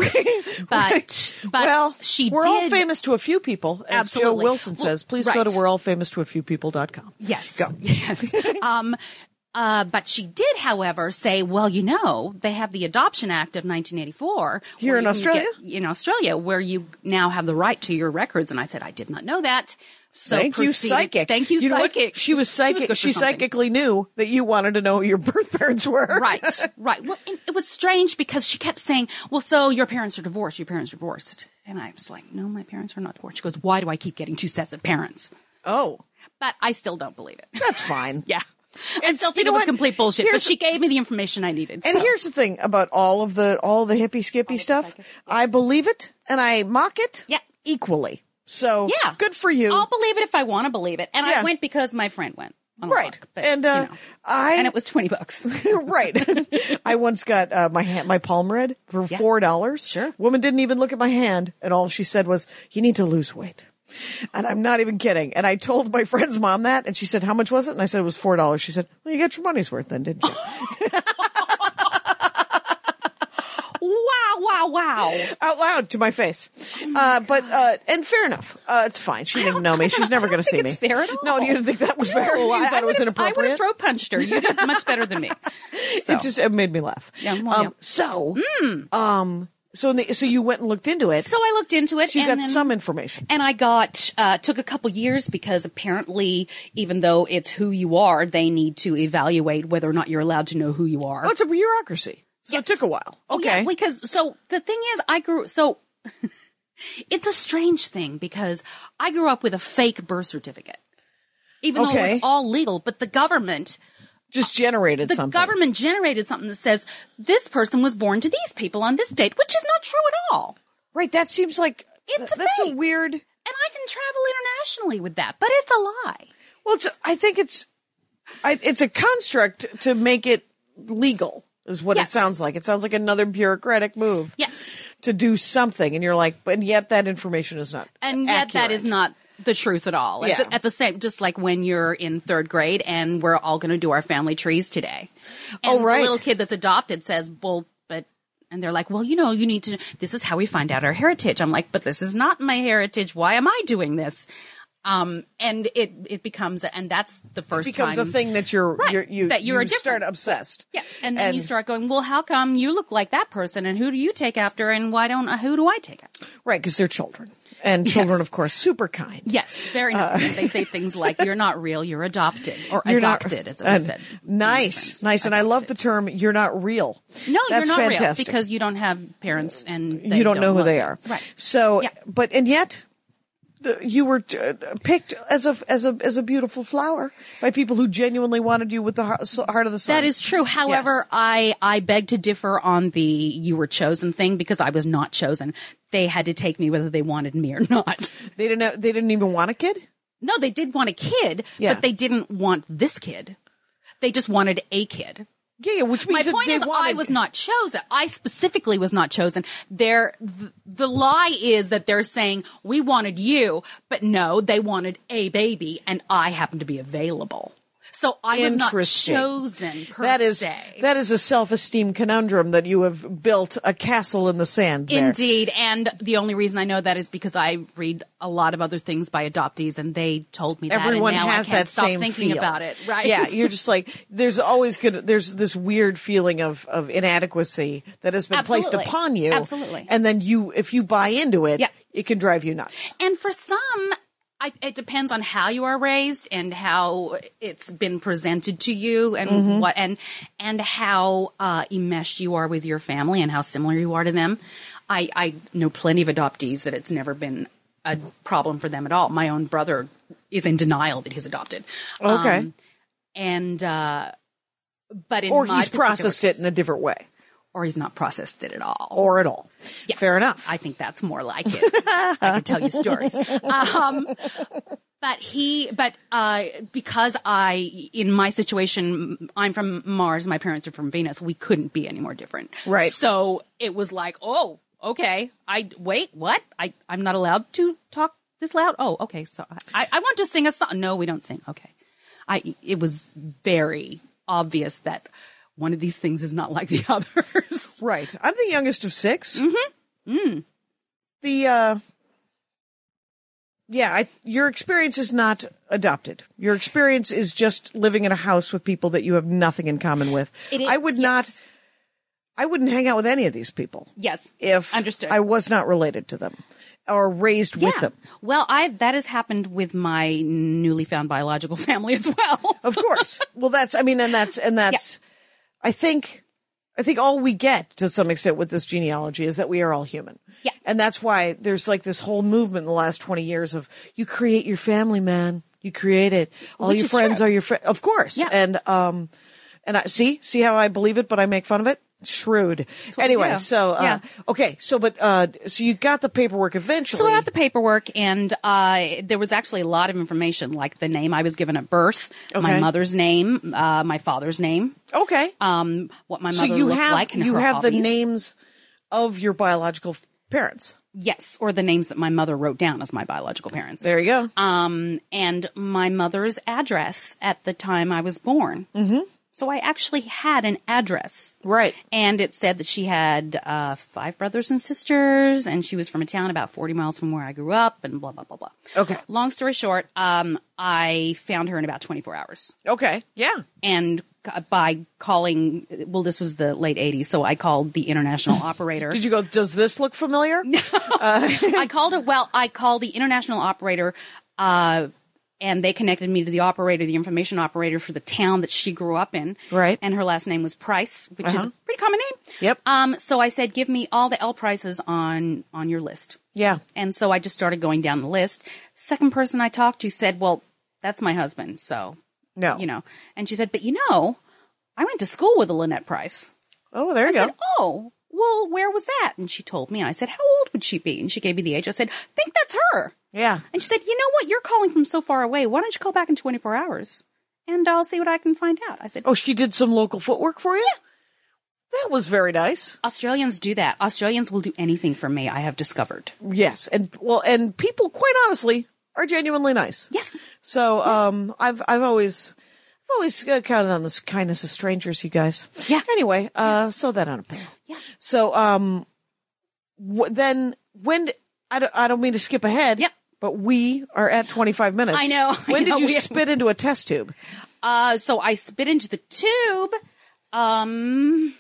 Speaker 4: But, but
Speaker 3: well,
Speaker 4: she
Speaker 3: we're
Speaker 4: did.
Speaker 3: all famous to a few people, as Joe
Speaker 4: Absolutely.
Speaker 3: Wilson
Speaker 4: Well,
Speaker 3: says. Please go
Speaker 4: right.
Speaker 3: to we're all famous to a few people.com.
Speaker 4: Yes.
Speaker 3: Go.
Speaker 4: <laughs> Yes. um, uh, but she did, however, say, well, you know, they have the Adoption Act of 1984.
Speaker 3: Here
Speaker 4: where
Speaker 3: in
Speaker 4: you can
Speaker 3: Australia?
Speaker 4: get- in Australia, where you now have the right to your records. And I said, I did not know that. So
Speaker 3: Thank you,
Speaker 4: proceeded-
Speaker 3: psychic.
Speaker 4: Thank you,
Speaker 3: know what?
Speaker 4: psychic.
Speaker 3: She was psychic. <laughs> She,
Speaker 4: good for something.
Speaker 3: psychically knew that you wanted to know who your birth parents were.
Speaker 4: Right, right. Well, and it was strange because she kept saying, well, so your parents are divorced. Your parents are divorced. And I was like, no, my parents are not divorced. She goes, why do I keep getting two sets of parents?
Speaker 3: Oh,
Speaker 4: But I still don't believe it.
Speaker 3: that's fine.
Speaker 4: <laughs> Yeah. I
Speaker 3: It's-
Speaker 4: still
Speaker 3: you
Speaker 4: think
Speaker 3: know
Speaker 4: it was
Speaker 3: what?
Speaker 4: complete bullshit, but
Speaker 3: Here's-
Speaker 4: she gave me the information I needed.
Speaker 3: And
Speaker 4: so.
Speaker 3: here's the thing about all of the all the hippy skippy stuff. I believe it and I mock it.
Speaker 4: Yeah.
Speaker 3: Equally. So
Speaker 4: yeah,
Speaker 3: good for you.
Speaker 4: I'll believe it if I want to believe it, and
Speaker 3: Yeah.
Speaker 4: I went because my friend went. On a
Speaker 3: Right.
Speaker 4: walk, but,
Speaker 3: And, uh,
Speaker 4: you know.
Speaker 3: I-
Speaker 4: and it was
Speaker 3: <laughs>
Speaker 4: twenty bucks.
Speaker 3: right. <laughs> I once got uh, my hand, my palm read for
Speaker 4: Yeah.
Speaker 3: four dollars.
Speaker 4: Sure.
Speaker 3: Woman didn't even look at my hand, and all she said was, "You need to lose weight." And I'm not even kidding. And I told my <laughs> friend's mom that, and she said, "How much was it?" And I said, "It was four dollars." She said, "Well, you got your
Speaker 4: <laughs>
Speaker 3: money's worth, then, didn't you?"
Speaker 4: wow, wow, <laughs> Wow.
Speaker 3: out loud to my face.
Speaker 4: Oh
Speaker 3: uh, but uh, and fair enough. Uh, it's fine. She didn't know me. She's never going to see
Speaker 4: think
Speaker 3: me.
Speaker 4: it's fair at all.
Speaker 3: No, you didn't think that was fair.
Speaker 4: No,
Speaker 3: You
Speaker 4: Oh, I,
Speaker 3: thought it was inappropriate.
Speaker 4: I would have throw punched her. You did much better
Speaker 3: <laughs>
Speaker 4: than me. So.
Speaker 3: It just it made me laugh.
Speaker 4: Yeah, well,
Speaker 3: um,
Speaker 4: yeah. Hmm.
Speaker 3: So, um, so in the, so you went and looked into it.
Speaker 4: so I looked into it.
Speaker 3: So you
Speaker 4: and
Speaker 3: got
Speaker 4: then-
Speaker 3: some information.
Speaker 4: and I got uh, took a couple years because apparently, even though it's who you are, they need to evaluate whether or not you're allowed to know who you are.
Speaker 3: Oh, it's a bureaucracy. So it
Speaker 4: Yes.
Speaker 3: took a while.
Speaker 4: Oh,
Speaker 3: Okay.
Speaker 4: yeah, because so the thing is, I grew so <laughs> it's a strange thing because I grew up with a fake birth certificate, even though it
Speaker 3: Okay.
Speaker 4: was all legal. But the government,
Speaker 3: Just generated
Speaker 4: the
Speaker 3: something.
Speaker 4: government generated something that says this person was born to these people on this date, which is not true at all.
Speaker 3: right. That seems like
Speaker 4: It's a
Speaker 3: that's a
Speaker 4: thing.
Speaker 3: weird.
Speaker 4: And I can travel internationally with that, but it's a lie.
Speaker 3: Well, it's, I think it's, I, it's a construct to make it legal is what it
Speaker 4: Yes.
Speaker 3: sounds like. It sounds like another bureaucratic move.
Speaker 4: Yes.
Speaker 3: To do something. And you're like, but yet that information is not.
Speaker 4: and yet that is
Speaker 3: accurate.
Speaker 4: not the truth at all. At,
Speaker 3: Yeah.
Speaker 4: the, at the same, just like when you're in third grade and we're all going to do our family trees today. And
Speaker 3: Oh, right.
Speaker 4: The little kid that's adopted says, "Well, but," and they're like, "Well, you know, you need to. This is how we find out our heritage." I'm like, "But this is not my heritage. Why am I doing this?" Um, and it it becomes, and that's the first
Speaker 3: becomes
Speaker 4: time
Speaker 3: a thing that you're,
Speaker 4: Right,
Speaker 3: you're you
Speaker 4: that you're
Speaker 3: you start
Speaker 4: different.
Speaker 3: obsessed.
Speaker 4: Yes, and then you start going, "Well, how come you look like that person, and who do you take after, and why don't who do I take after?"
Speaker 3: Right, because they're children. And children,
Speaker 4: Yes.
Speaker 3: of course, super kind.
Speaker 4: Yes, very nice. they say things like "You're not real, you're adopted," or
Speaker 3: Uh, You're not-
Speaker 4: "adopted," as it was
Speaker 3: and
Speaker 4: said.
Speaker 3: Nice, nice, and I love the term "you're not real."
Speaker 4: No,
Speaker 3: That's
Speaker 4: you're not
Speaker 3: fantastic.
Speaker 4: real because you don't have parents and they
Speaker 3: you don't, know who
Speaker 4: love
Speaker 3: they
Speaker 4: you.
Speaker 3: are.
Speaker 4: Right.
Speaker 3: So,
Speaker 4: Yeah.
Speaker 3: but and yet, the, you were uh, picked as a as a as a beautiful flower by people who genuinely wanted you with the heart, so- heart of the sun.
Speaker 4: That is true. However,
Speaker 3: Yes.
Speaker 4: I I beg to differ on the "you were chosen" thing because I was not chosen. They had to take me whether they wanted me or <laughs> not.
Speaker 3: They didn't. Have, they didn't even want a kid.
Speaker 4: No, they did want a kid,
Speaker 3: Yeah.
Speaker 4: but they didn't want this kid. They just wanted a kid.
Speaker 3: Yeah, yeah. Which means
Speaker 4: my
Speaker 3: that
Speaker 4: point
Speaker 3: they
Speaker 4: is
Speaker 3: wanted,
Speaker 4: I was not chosen. I specifically was not chosen. There, the, the lie is that they're saying we wanted you, but no, they wanted a baby, and I happened to be available. So I was not
Speaker 3: Interesting.
Speaker 4: chosen per
Speaker 3: That is
Speaker 4: se.
Speaker 3: that is a self esteem conundrum that you have built a castle in the sand. there.
Speaker 4: Indeed, and the only reason I know that is because I read a lot of other things by adoptees, and they told me
Speaker 3: Everyone
Speaker 4: that. And now
Speaker 3: has
Speaker 4: I can't
Speaker 3: that
Speaker 4: stop
Speaker 3: same
Speaker 4: thinking
Speaker 3: feel.
Speaker 4: about it, right? <laughs>
Speaker 3: Yeah, you're just like there's always gonna there's this weird feeling of of inadequacy that has been placed
Speaker 4: Absolutely.
Speaker 3: upon you.
Speaker 4: Absolutely.
Speaker 3: And then you if you buy into it,
Speaker 4: Yeah.
Speaker 3: it can drive you nuts.
Speaker 4: And for some, I, it depends on how you are raised and how it's been presented to you, and
Speaker 3: Mm-hmm.
Speaker 4: what and and how uh, enmeshed you are with your family and how similar you are to them. I, I know plenty of adoptees that it's never been a problem for them at all. My own brother is in denial that he's adopted. Um,
Speaker 3: Okay.
Speaker 4: and uh, but in
Speaker 3: or
Speaker 4: my
Speaker 3: he's
Speaker 4: particular
Speaker 3: processed it
Speaker 4: case-
Speaker 3: in a different way.
Speaker 4: or he's not processed it at all,
Speaker 3: Or at all.
Speaker 4: Yeah.
Speaker 3: Fair enough.
Speaker 4: I think that's more like it. I can tell you stories. Um, but he, but uh, because I, in my situation, I'm from Mars, my parents are from Venus. We couldn't be any more different.
Speaker 3: Right.
Speaker 4: So it was like, oh, okay. I wait, what? I I'm not allowed to talk this loud. Oh, okay. So I I want to sing a song. No, we don't sing. Okay. I it was very obvious that one of these things is not like the <laughs> others.
Speaker 3: right. I'm the youngest of 6 Mm-hmm.
Speaker 4: Mm.
Speaker 3: The uh yeah, I, your experience is not adopted. Your experience is just living in a house with people that you have nothing in common with.
Speaker 4: It is,
Speaker 3: I would not
Speaker 4: yes.
Speaker 3: I wouldn't hang out with any of these people
Speaker 4: Yes.
Speaker 3: if
Speaker 4: Understood.
Speaker 3: I was not related to them or raised with them.
Speaker 4: Well, I that has happened with my newly found biological <laughs> family as well.
Speaker 3: Of
Speaker 4: <laughs>
Speaker 3: course. well, that's I mean, and that's and that's I think I think all we get to some extent with this genealogy is that we are all human.
Speaker 4: Yeah.
Speaker 3: And that's why there's like this whole movement in the last 20 years of you create your family, man. You create it. All
Speaker 4: Which
Speaker 3: your
Speaker 4: is
Speaker 3: friends
Speaker 4: true.
Speaker 3: are your friend. Of course.
Speaker 4: Yeah.
Speaker 3: And um and I see see how I believe it but I make fun of it. Shrewd.
Speaker 4: what we
Speaker 3: Anyway,
Speaker 4: do.
Speaker 3: so uh
Speaker 4: Yeah.
Speaker 3: okay, so but uh so you got the paperwork eventually.
Speaker 4: So I got the paperwork, and uh, there was actually a lot of information, like the name I was given at birth,
Speaker 3: Okay.
Speaker 4: my mother's name, uh, my father's name,
Speaker 3: okay.
Speaker 4: um, what my
Speaker 3: so
Speaker 4: mother
Speaker 3: you
Speaker 4: looked
Speaker 3: have
Speaker 4: like, and
Speaker 3: you
Speaker 4: her
Speaker 3: have the
Speaker 4: hobbies.
Speaker 3: names of your biological f- parents.
Speaker 4: yes, or the names that my mother wrote down as my biological parents.
Speaker 3: There you go.
Speaker 4: um, and my mother's address at the time I was born. Mm-hmm. So I actually had an address.
Speaker 3: Right.
Speaker 4: And it said that she had uh, five brothers and sisters, and she was from a town about 40 miles from where I grew up, and blah, blah, blah, blah.
Speaker 3: Okay.
Speaker 4: Long story short, um, I found her in about 24 hours.
Speaker 3: Okay. Yeah.
Speaker 4: And c- by calling, well, this was the late 80s, so I called the international <laughs> operator.
Speaker 3: Did you go, does this look familiar?
Speaker 4: I called it. Well, I called the international operator, uh, and they connected me to the operator, the information operator for the town that she grew up in.
Speaker 3: Right. Uh-huh.
Speaker 4: And her last name was Price, which is a pretty common name.
Speaker 3: Yep.
Speaker 4: Um. So I said, give me all the L prices on on your list.
Speaker 3: Yeah.
Speaker 4: And so I just started going down the list. Second person I talked to said, well, that's my husband. So
Speaker 3: No.
Speaker 4: you know. And she said, but you know, I went to school with a Lynette Price.
Speaker 3: Oh, there you
Speaker 4: I
Speaker 3: go.
Speaker 4: said, "Oh, well, where was that?" And she told me. I said, "How old would she be?" And she gave me the age. I said, "Think that's her."
Speaker 3: yeah.
Speaker 4: And she said, "You know what? You're calling from so far away. Why don't you call back in 24 hours, and I'll see what I can find out." I said,
Speaker 3: Oh, she did some local footwork for you? That was very nice.
Speaker 4: "Australians do that. Australians will do anything for me. I have discovered."
Speaker 3: Yes. And well, and people, quite honestly, are genuinely nice.
Speaker 4: Yes.
Speaker 3: So, um, I've, I've always, I've always uh, counted on this kindness of strangers, you guys.
Speaker 4: Yeah.
Speaker 3: Anyway, uh, sew that on a pillow. Yeah. So, um, wh- then when, I don't, I don't mean to skip ahead.
Speaker 4: Yeah.
Speaker 3: But we are at 25 minutes.
Speaker 4: I know, I
Speaker 3: When
Speaker 4: know,
Speaker 3: did you
Speaker 4: we-
Speaker 3: spit into a test tube?
Speaker 4: Uh, so I spit into the tube. Um,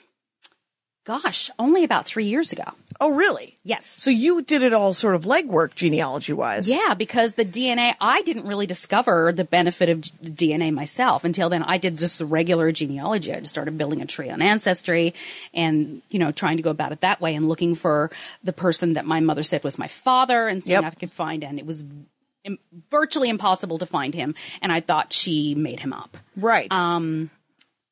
Speaker 4: gosh, only about three years ago.
Speaker 3: Oh, really?
Speaker 4: Yes.
Speaker 3: So you did it all sort of legwork genealogy wise.
Speaker 4: Yeah, because the DNA, I didn't really discover the benefit of g- DNA myself until then. I did just the regular genealogy. I just started building a tree on Ancestry and, you know, trying to go about it that way and looking for the person that my mother said was my father and seeing
Speaker 3: Yep.
Speaker 4: if I could find. And it was im- virtually impossible to find him. And I thought she made him up.
Speaker 3: Right.
Speaker 4: Um,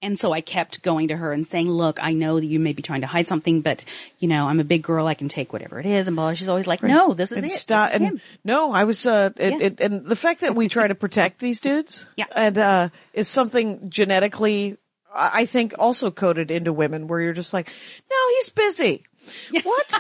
Speaker 4: And so I kept going to her and saying, look, I know that you may be trying to hide something, but, you know, I'm a big girl. I can take whatever it is. And blah. She's always like, no, this is it.
Speaker 3: and
Speaker 4: This
Speaker 3: stop
Speaker 4: is
Speaker 3: and
Speaker 4: him."
Speaker 3: no i was uh it,
Speaker 4: Yeah.
Speaker 3: it, and the fact that we try to protect these dudes
Speaker 4: <laughs> Yeah.
Speaker 3: and uh is something genetically i I think also coded into women where you're just like no he's
Speaker 4: <laughs>
Speaker 3: busy what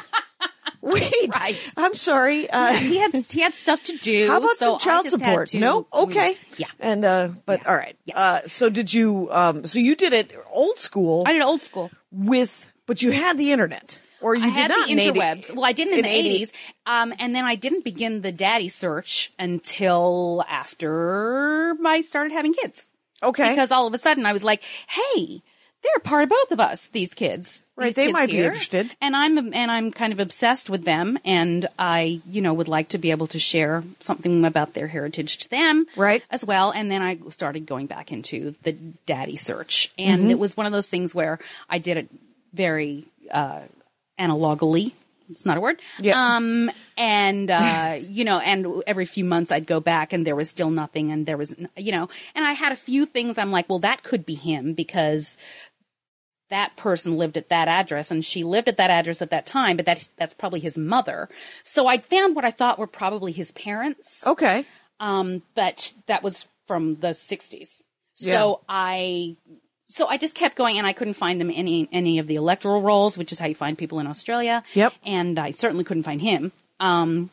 Speaker 3: wait
Speaker 4: Right.
Speaker 3: i'm sorry uh <laughs>
Speaker 4: he had he had stuff to do. <laughs>
Speaker 3: how about
Speaker 4: so
Speaker 3: some
Speaker 4: I
Speaker 3: child
Speaker 4: just had
Speaker 3: support?
Speaker 4: to-
Speaker 3: no, okay,
Speaker 4: Yeah,
Speaker 3: and uh, but all right.
Speaker 4: Yeah.
Speaker 3: Uh, so did you? Um, so you did it old school
Speaker 4: I did old school.
Speaker 3: with, but you had the internet, or you
Speaker 4: I
Speaker 3: did
Speaker 4: had
Speaker 3: not
Speaker 4: the
Speaker 3: in 80
Speaker 4: interwebs. well, I didn't in, the
Speaker 3: 80
Speaker 4: eighties, um, and then I didn't begin the daddy search until after I started having kids.
Speaker 3: Okay,
Speaker 4: Because all of a sudden I was like, "Hey, they're a part of both of us. These kids,
Speaker 3: Right,
Speaker 4: These
Speaker 3: they
Speaker 4: kids
Speaker 3: might be
Speaker 4: here.
Speaker 3: interested.
Speaker 4: And I'm and I'm kind of obsessed with them, and I, you know, would like to be able to share something about their heritage to them,
Speaker 3: Right.
Speaker 4: As well. And then I started going back into the daddy search, and it was one of those things where I did it very uh, analogically. It's not a word.
Speaker 3: Yeah.
Speaker 4: Um, and, uh, <laughs> you know, and every few months I'd go back and there was still nothing and there was, n- you know, and I had a few things I'm like, well, that could be him because that person lived at that address and she lived at that address at that time, but that's, that's probably his mother. So I found what I thought were probably his parents.
Speaker 3: okay.
Speaker 4: Um, but that was from the 60s. So
Speaker 3: Yeah.
Speaker 4: I so I just kept going and I couldn't find them any any of the electoral rolls, which is how you find people in Australia.
Speaker 3: Yep.
Speaker 4: And I certainly couldn't find him. Um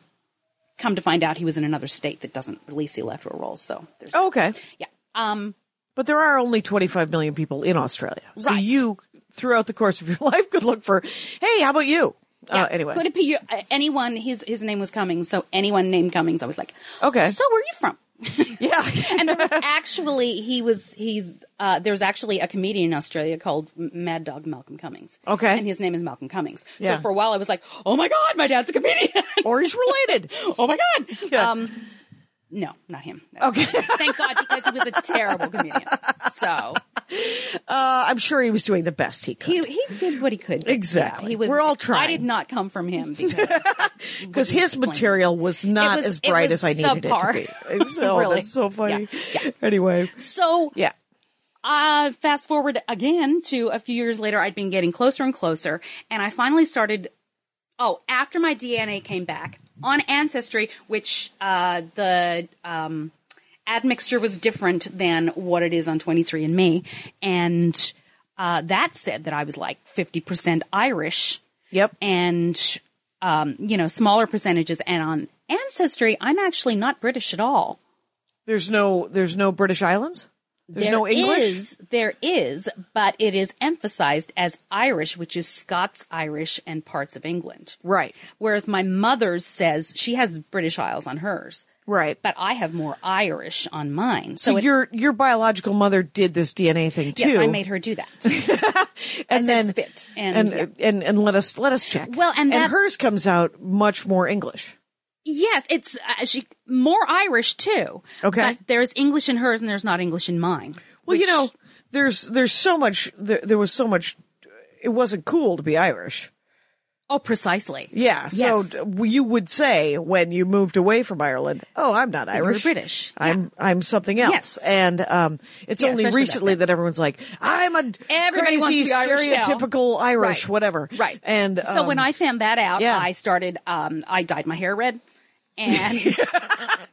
Speaker 4: come to find out he was in another state that doesn't release the electoral rolls, so there's
Speaker 3: Oh, okay.
Speaker 4: yeah. Um
Speaker 3: But there are only 25 million people in Australia. So
Speaker 4: Right.
Speaker 3: you, throughout the course of your <laughs> life, could look for, hey, how about you? uh, anyway.
Speaker 4: could it be uh, anyone his his name was Cummings, so anyone named Cummings, I was like,
Speaker 3: Okay.
Speaker 4: So where are you from?
Speaker 3: <laughs>
Speaker 4: <laughs>
Speaker 3: yeah. <laughs>
Speaker 4: and there was actually he was he's uh, there's actually a comedian in Australia called M- Mad Dog Malcolm Cummings.
Speaker 3: Okay.
Speaker 4: and his name is Malcolm Cummings.
Speaker 3: Yeah.
Speaker 4: So for a while I was like, oh my god, my dad's a comedian.
Speaker 3: or he's related.
Speaker 4: <laughs> oh my god.
Speaker 3: Yeah.
Speaker 4: Um, no, not him.
Speaker 3: Okay.
Speaker 4: <laughs> Thank God, because he was a terrible comedian. So
Speaker 3: Uh, I'm sure he was doing the best he could.
Speaker 4: he he did what he could.
Speaker 3: Exactly.
Speaker 4: Yeah, he was.
Speaker 3: We're all
Speaker 4: I
Speaker 3: trying.
Speaker 4: did not come
Speaker 3: <laughs>
Speaker 4: from him because
Speaker 3: Because his
Speaker 4: explain.
Speaker 3: material was not
Speaker 4: was-
Speaker 3: as
Speaker 4: it
Speaker 3: bright as
Speaker 4: was
Speaker 3: I needed
Speaker 4: subpar.
Speaker 3: it to be. <laughs> So
Speaker 4: Really.
Speaker 3: that's so funny.
Speaker 4: Yeah. Yeah.
Speaker 3: Anyway.
Speaker 4: so
Speaker 3: Yeah.
Speaker 4: uh, fast forward again to a few years later, I'd been getting closer and closer, and I finally started. Oh, after my DNA came back on Ancestry, which uh, the um, admixture was different than what it is on 23andMe, and uh, that said that I was like 50% Irish
Speaker 3: Yep.
Speaker 4: and um, you know smaller percentages, and on Ancestry, I'm actually not British at all.
Speaker 3: There's no, there's no British Islands? There's no English?
Speaker 4: is- there is, but it is emphasized as Irish, which is Scots Irish and parts of England.
Speaker 3: Right.
Speaker 4: Whereas my mother's says she has British Isles on hers,
Speaker 3: Right.
Speaker 4: but I have more Irish on mine. So,
Speaker 3: so
Speaker 4: it-
Speaker 3: your your biological mother did this DNA thing too.
Speaker 4: yes, I made her do that. <laughs>
Speaker 3: and
Speaker 4: said
Speaker 3: then
Speaker 4: spit, and-
Speaker 3: and,
Speaker 4: yeah.
Speaker 3: and, and let us let us check.
Speaker 4: Well, and that's-
Speaker 3: hers comes out much more English.
Speaker 4: yes, it's uh, she more Irish too.
Speaker 3: Okay.
Speaker 4: but there's English in hers, and there's not English in mine.
Speaker 3: Well, you know, there's there's so much there, there was so much. It wasn't cool to be Irish.
Speaker 4: Oh, precisely.
Speaker 3: Yeah. So
Speaker 4: Yes.
Speaker 3: d- w- you would say when you moved away from Ireland, "Oh, I'm not
Speaker 4: you're
Speaker 3: Irish.
Speaker 4: British.
Speaker 3: I'm I'm something else."
Speaker 4: Yes.
Speaker 3: And um, it's
Speaker 4: Yeah,
Speaker 3: only
Speaker 4: especially back
Speaker 3: recently
Speaker 4: then.
Speaker 3: that everyone's like, "I'm a
Speaker 4: Everybody wants
Speaker 3: crazy
Speaker 4: to be Irish now."
Speaker 3: stereotypical Irish,
Speaker 4: Right.
Speaker 3: whatever."
Speaker 4: Right.
Speaker 3: And
Speaker 4: so when
Speaker 3: um,
Speaker 4: I found that out,
Speaker 3: yeah.
Speaker 4: I started. Um, I dyed my hair red,
Speaker 3: <laughs>
Speaker 4: and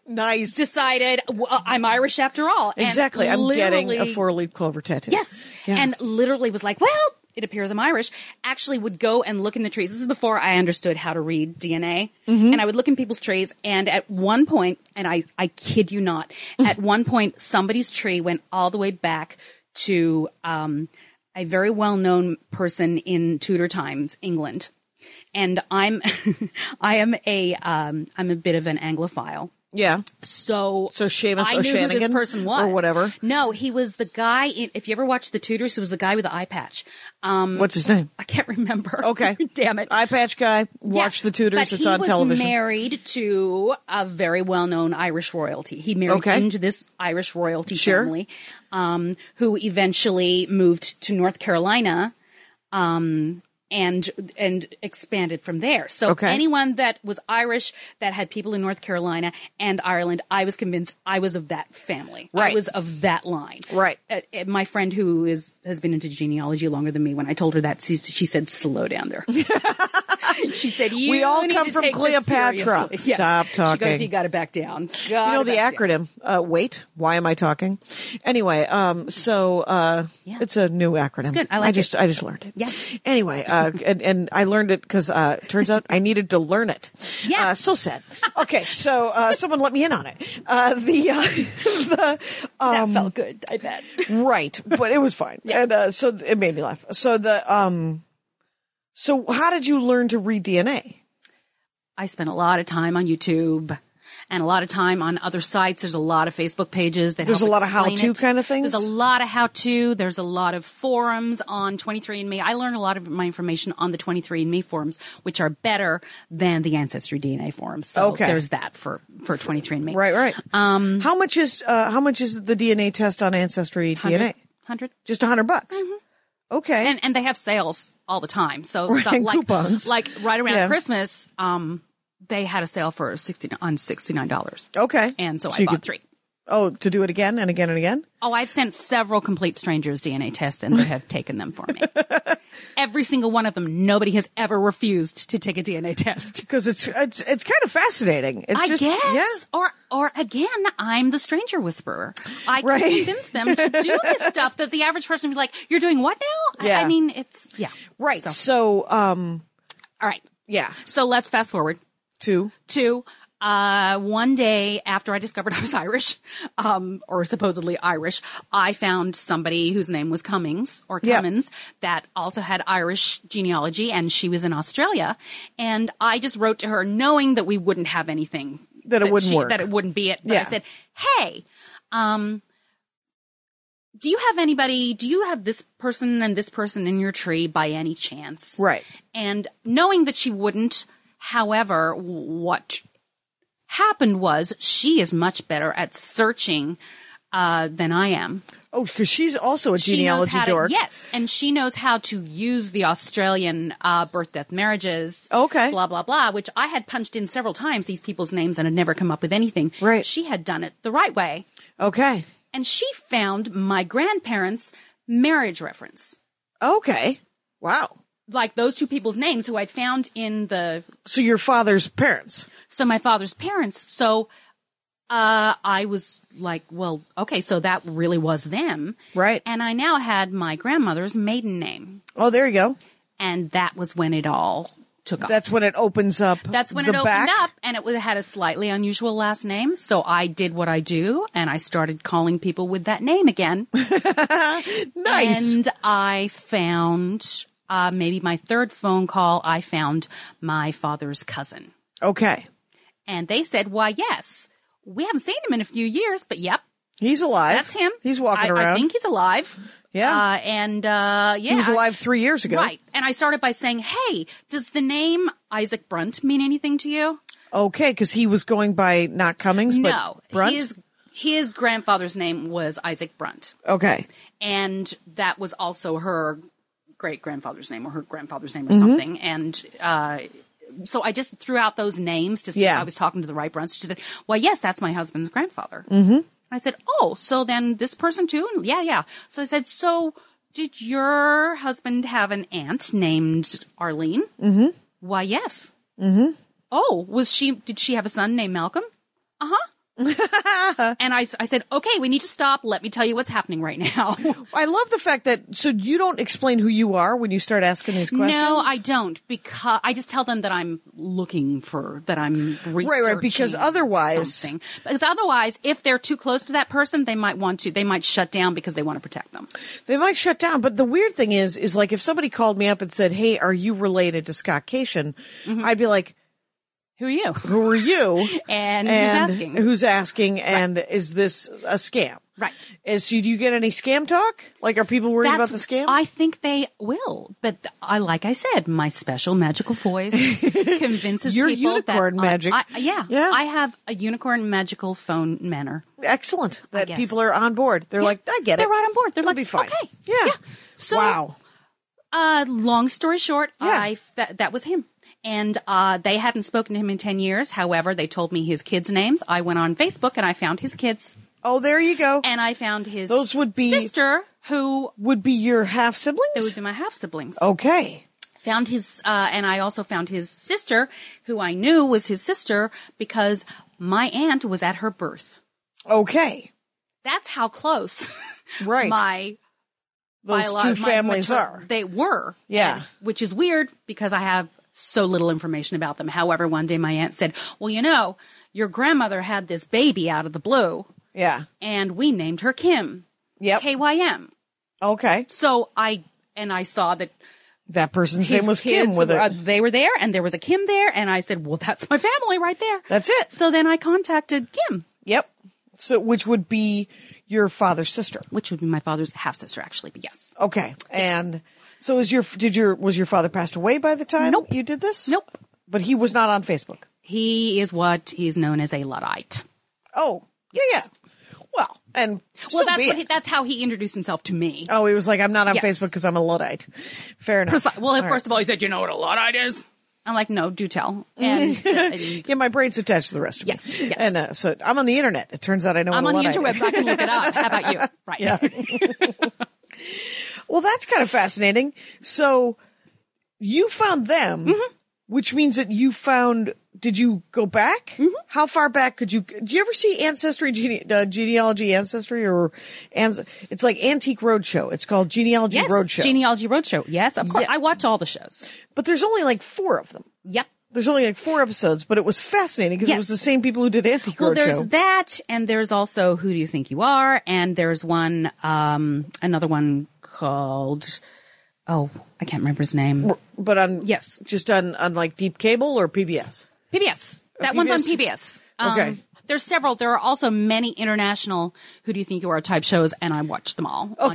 Speaker 3: nice
Speaker 4: decided well, I'm Irish after all. And
Speaker 3: exactly, I'm getting a
Speaker 4: literally-
Speaker 3: four leaf clover tattoo.
Speaker 4: Yes,
Speaker 3: Yeah.
Speaker 4: and literally was like, well, it appears I'm Irish. Actually, would go and look in the trees. This is before I understood how to read DNA,
Speaker 3: Mm-hmm.
Speaker 4: and I would look in people's trees. And at one point, and I I kid
Speaker 3: <laughs>
Speaker 4: you not, at one point somebody's tree went all the way back to um, a very well known person in Tudor times, England. And I'm, <laughs> I am a, um, I'm a bit of an Anglophile.
Speaker 3: yeah.
Speaker 4: So,
Speaker 3: So Seamus
Speaker 4: I knew who this
Speaker 3: O'Shanagan
Speaker 4: person
Speaker 3: or
Speaker 4: was
Speaker 3: whatever?
Speaker 4: No, he was the guy. In, if you ever watched The Tudors, he was the guy with the eye patch. Um,
Speaker 3: What's his name?
Speaker 4: I can't <laughs> remember.
Speaker 3: Okay.
Speaker 4: damn it.
Speaker 3: Eye patch guy. Watch
Speaker 4: Yeah.
Speaker 3: the Tudors.
Speaker 4: But
Speaker 3: it's
Speaker 4: he
Speaker 3: on
Speaker 4: was
Speaker 3: television.
Speaker 4: Married to a very well-known Irish royalty. He married
Speaker 3: Okay.
Speaker 4: into this Irish royalty
Speaker 3: Sure.
Speaker 4: family, um, who eventually moved to North Carolina, um, and and expanded from there. So
Speaker 3: Okay.
Speaker 4: anyone that was Irish that had people in North Carolina and Ireland, I was convinced I was of that family.
Speaker 3: Right.
Speaker 4: I was of that line.
Speaker 3: Right.
Speaker 4: Uh, uh, my friend who is has been into genealogy longer than me. When I told her that, she, she said, "Slow down there." she said, you
Speaker 3: We all
Speaker 4: need
Speaker 3: come
Speaker 4: to
Speaker 3: from
Speaker 4: take this
Speaker 3: Cleopatra.
Speaker 4: seriously."
Speaker 3: Stop
Speaker 4: She
Speaker 3: talking.
Speaker 4: goes, you got to back down.
Speaker 3: you know
Speaker 4: Gotta
Speaker 3: the
Speaker 4: back down."
Speaker 3: acronym. Uh, wait, why am I talking? Anyway, um, so uh,
Speaker 4: Yeah.
Speaker 3: it's a new acronym.
Speaker 4: good. I like
Speaker 3: just
Speaker 4: it.
Speaker 3: I just learned it.
Speaker 4: Yeah.
Speaker 3: Anyway,
Speaker 4: <laughs>
Speaker 3: uh, and and I learned it because uh, turns out I needed to learn it.
Speaker 4: Yeah.
Speaker 3: Uh, so sad. Okay, so uh, someone let me in on it. Uh, the uh, <laughs> the
Speaker 4: That
Speaker 3: um,
Speaker 4: felt good. I bet.
Speaker 3: right, but it was fine, and uh, so it made me laugh. So the um, so how did you learn to read DNA?
Speaker 4: I spent a lot of time on YouTube and a lot of time on other sites. There's a lot of Facebook pages that
Speaker 3: There's
Speaker 4: help
Speaker 3: a lot of
Speaker 4: explain
Speaker 3: how-to
Speaker 4: it.
Speaker 3: kind of things?
Speaker 4: There's a lot of how to. There's a lot of forums on 23andMe. I learned a lot of my information on the 23andMe forums, which are better than the Ancestry DNA forums. So
Speaker 3: Okay.
Speaker 4: there's that for for 23andMe.
Speaker 3: Right, right. Um, how much is uh, how much is the DNA test on Ancestry DNA?
Speaker 4: Hundred.
Speaker 3: Just a hundred bucks. Okay.
Speaker 4: and and they have sales all the time. So
Speaker 3: Right,
Speaker 4: so, like
Speaker 3: coupons.
Speaker 4: like right around
Speaker 3: Yeah.
Speaker 4: Christmas, um, they had a sale for sixty on sixty nine dollars,
Speaker 3: okay.
Speaker 4: and so, I
Speaker 3: you
Speaker 4: bought
Speaker 3: could-
Speaker 4: three.
Speaker 3: Oh, to do it again and again and again.
Speaker 4: Oh, I've sent several complete strangers DNA tests, and they
Speaker 3: <laughs>
Speaker 4: have taken them for me. Every single one of them, nobody has ever refused to take a DNA test.
Speaker 3: Because it's it's it's kind of fascinating. It's
Speaker 4: I
Speaker 3: just,
Speaker 4: guess,
Speaker 3: Yeah.
Speaker 4: or or again, I'm the stranger whisperer. I can
Speaker 3: Right.
Speaker 4: convince them to do this
Speaker 3: <laughs>
Speaker 4: stuff that the average person would be like, "You're doing what now?" I- I,
Speaker 3: Yeah.
Speaker 4: mean, it's yeah,
Speaker 3: Right. So, um,
Speaker 4: all right.
Speaker 3: yeah.
Speaker 4: So let's fast forward.
Speaker 3: Two.
Speaker 4: Two, uh, one day after I discovered <laughs> I was Irish, um, or supposedly Irish, I found somebody whose name was Cummings or
Speaker 3: Yeah.
Speaker 4: Cummins that also had Irish genealogy and she was in Australia. And I just wrote to her knowing that we wouldn't have anything.
Speaker 3: That it wouldn't
Speaker 4: she-
Speaker 3: work.
Speaker 4: That it wouldn't be it. But
Speaker 3: Yeah.
Speaker 4: I said, hey, um, do you have anybody, do you have this person and this person in your tree by any chance?
Speaker 3: Right.
Speaker 4: And knowing that she wouldn't, however, what happened was she is much better at searching uh, than I am.
Speaker 3: Oh, because she's also a
Speaker 4: She knows
Speaker 3: genealogy
Speaker 4: how
Speaker 3: dork.
Speaker 4: to, yes, and she knows how to use the Australian uh, birth, death, marriages.
Speaker 3: Okay.
Speaker 4: blah blah blah. Which I had punched in several times these people's names and had never come up with anything.
Speaker 3: Right.
Speaker 4: she had done it the right way,
Speaker 3: Okay.
Speaker 4: and she found my grandparents' marriage reference,
Speaker 3: Okay. Wow.
Speaker 4: like those two people's names who I'd found in the
Speaker 3: So your father's parents.
Speaker 4: so my father's parents so uh i was like well okay so that really was them
Speaker 3: Right.
Speaker 4: and i now had my grandmother's maiden name
Speaker 3: Oh, there you go.
Speaker 4: and that was when it all took off.
Speaker 3: That's when it opens up.
Speaker 4: That's when
Speaker 3: the
Speaker 4: it opened
Speaker 3: back.
Speaker 4: up, and it was- had a slightly unusual last name. So I did what I do, and I started calling people with that name
Speaker 3: <laughs>
Speaker 4: again.
Speaker 3: Nice.
Speaker 4: And I found uh, maybe my third phone call. I found my father's cousin,
Speaker 3: okay.
Speaker 4: and they said, "Why, yes, we haven't seen him in a few years, but yep,
Speaker 3: He's alive.
Speaker 4: that's him.
Speaker 3: He's walking
Speaker 4: I-
Speaker 3: around.
Speaker 4: I think he's alive.
Speaker 3: Yeah.
Speaker 4: uh, and uh, yeah,
Speaker 3: he was alive three years ago.
Speaker 4: Right. And I started by saying, "Hey, does the name Isaac Brunt mean anything to you?"
Speaker 3: Okay, because he was going by not Cummings,
Speaker 4: no,
Speaker 3: but Brunt.
Speaker 4: his his grandfather's name was Isaac Brunt,
Speaker 3: okay.
Speaker 4: and that was also her great grandfather's name or her grandfather's name or something. And uh, so I just threw out those names to see
Speaker 3: Yeah.
Speaker 4: if I was talking to the right Brunts. She said, "Well, yes, that's my husband's grandfather." Mm-hmm. And I said, "Oh, so then this person too?" And yeah, yeah. So I said, "So did your husband have an aunt named Arlene?" Mm-hmm. Why, yes. Mm-hmm. Oh, was she? Did she have a son named Malcolm? And I, s- I said, okay, we need to stop. Let me tell you what's happening
Speaker 3: <laughs>
Speaker 4: right now.
Speaker 3: I love the fact that so you don't explain who you are when you start asking these questions.
Speaker 4: no, I don't because I just tell them that I'm looking for, that I'm researching.
Speaker 3: right, because otherwise-
Speaker 4: Something. Because otherwise, if they're too close to that person, they might want to, they might shut down because they want to protect them.
Speaker 3: They might shut down, but the weird thing is, is like if somebody called me up and said, "Hey, are you related to Scott Cation?"
Speaker 4: Mm-hmm.
Speaker 3: I'd be like,
Speaker 4: Who are you?
Speaker 3: "Who are you?"
Speaker 4: And,
Speaker 3: and
Speaker 4: who's asking?
Speaker 3: Who's asking? And is this a scam?
Speaker 4: Right.
Speaker 3: Is so? Do you get any scam talk? Like, are people worried about the scam?
Speaker 4: I think they will, but th- I, like I said, my special magical voice
Speaker 3: <laughs>
Speaker 4: convinces
Speaker 3: Your
Speaker 4: people that
Speaker 3: unicorn
Speaker 4: I-
Speaker 3: magic.
Speaker 4: I, yeah,
Speaker 3: Yeah.
Speaker 4: I have a unicorn magical phone manner.
Speaker 3: Excellent. That
Speaker 4: guess.
Speaker 3: people are on board. They're like, I get
Speaker 4: they're
Speaker 3: it.
Speaker 4: right on board. They're
Speaker 3: It'll
Speaker 4: like,
Speaker 3: be fine.
Speaker 4: okay,
Speaker 3: Yeah.
Speaker 4: yeah. So-
Speaker 3: wow.
Speaker 4: Uh, long story short,
Speaker 3: Yeah.
Speaker 4: I f- that, that was him. And uh, they hadn't spoken to him in 10 years. However, they told me his kids' names. I went on Facebook and I found his kids.
Speaker 3: Oh, there you go.
Speaker 4: And I found his
Speaker 3: Those would be-
Speaker 4: sister, who
Speaker 3: Would be your half
Speaker 4: it would
Speaker 3: siblings?
Speaker 4: be my half siblings.
Speaker 3: Oh. Okay.
Speaker 4: Found his, uh, and I also found his sister, who I knew was his sister because my aunt was at her birth.
Speaker 3: Okay.
Speaker 4: That's how close
Speaker 3: Right.
Speaker 4: <laughs> my
Speaker 3: Those
Speaker 4: biolo-
Speaker 3: two
Speaker 4: my
Speaker 3: families
Speaker 4: mater-
Speaker 3: are.
Speaker 4: They were.
Speaker 3: Yeah.
Speaker 4: And- which is weird because I have so little information about them. However, one day my aunt said, Well, you know, your grandmother had this baby out of the blue
Speaker 3: Yeah.
Speaker 4: and we named her Kim.
Speaker 3: Yep.
Speaker 4: KYM.
Speaker 3: Okay.
Speaker 4: So I, and I saw that
Speaker 3: That person's
Speaker 4: his
Speaker 3: name was Kim
Speaker 4: kids
Speaker 3: with
Speaker 4: were-
Speaker 3: it.
Speaker 4: uh, they were there and there was a Kim there. And I said, Well, that's my family right there.
Speaker 3: That's it.
Speaker 4: So then I contacted Kim,
Speaker 3: yep. So, which would be your father's sister.
Speaker 4: which would be my father's half sister, actually, but yes.
Speaker 3: Okay. And so is your, did your, was your father passed away by the time
Speaker 4: Nope.
Speaker 3: you did this?
Speaker 4: Nope.
Speaker 3: But he was not on Facebook.
Speaker 4: He is what is known as a Luddite.
Speaker 3: Oh, yeah, yeah. Well, and
Speaker 4: Well,
Speaker 3: so
Speaker 4: that's
Speaker 3: be
Speaker 4: what
Speaker 3: it.
Speaker 4: he, that's how he introduced himself to me.
Speaker 3: Oh, he was like, I'm not on
Speaker 4: Yes.
Speaker 3: Facebook because I'm a Luddite. Fair enough.
Speaker 4: Preci- well,
Speaker 3: All
Speaker 4: at
Speaker 3: right.
Speaker 4: first of all, he said, "You know what a Luddite is?" I'm like, "No, do <laughs> tell." And, and
Speaker 3: Yeah, my brain's attached to the rest of
Speaker 4: Yes,
Speaker 3: me.
Speaker 4: yes.
Speaker 3: And uh, so I'm on the internet. It turns out I know
Speaker 4: I'm
Speaker 3: what
Speaker 4: on
Speaker 3: a
Speaker 4: the
Speaker 3: Luddite
Speaker 4: interwebs.
Speaker 3: is.
Speaker 4: I can look it up. How about <laughs> you? Right.
Speaker 3: Well, that's kind of fascinating. So you found them, which means that you found. Did you go back? How far back could you? Do you ever see Ancestry, gene, uh, Genealogy, Ancestry, or ans- it's like Antique Roadshow? It's called Genealogy
Speaker 4: Yes.
Speaker 3: Roadshow.
Speaker 4: Genealogy Roadshow. Yes, of course.
Speaker 3: Yeah.
Speaker 4: I watch all the shows.
Speaker 3: but there's only like four of them.
Speaker 4: Yep.
Speaker 3: There's only like four episodes, but it was fascinating because it
Speaker 4: Yes.
Speaker 3: was the same people who did Antique
Speaker 4: Well, there's
Speaker 3: Roadshow.
Speaker 4: that, and there's also Who Do You Think You Are, and there's one, um, another one called, oh, I can't remember his name.
Speaker 3: but on
Speaker 4: Yes.
Speaker 3: just on on like deep cable or PBS.
Speaker 4: PBS.
Speaker 3: Oh,
Speaker 4: That one's on PBS. Um,
Speaker 3: Okay.
Speaker 4: There's several. There are also many international Who Do You Think You Are type shows, and I watch them all on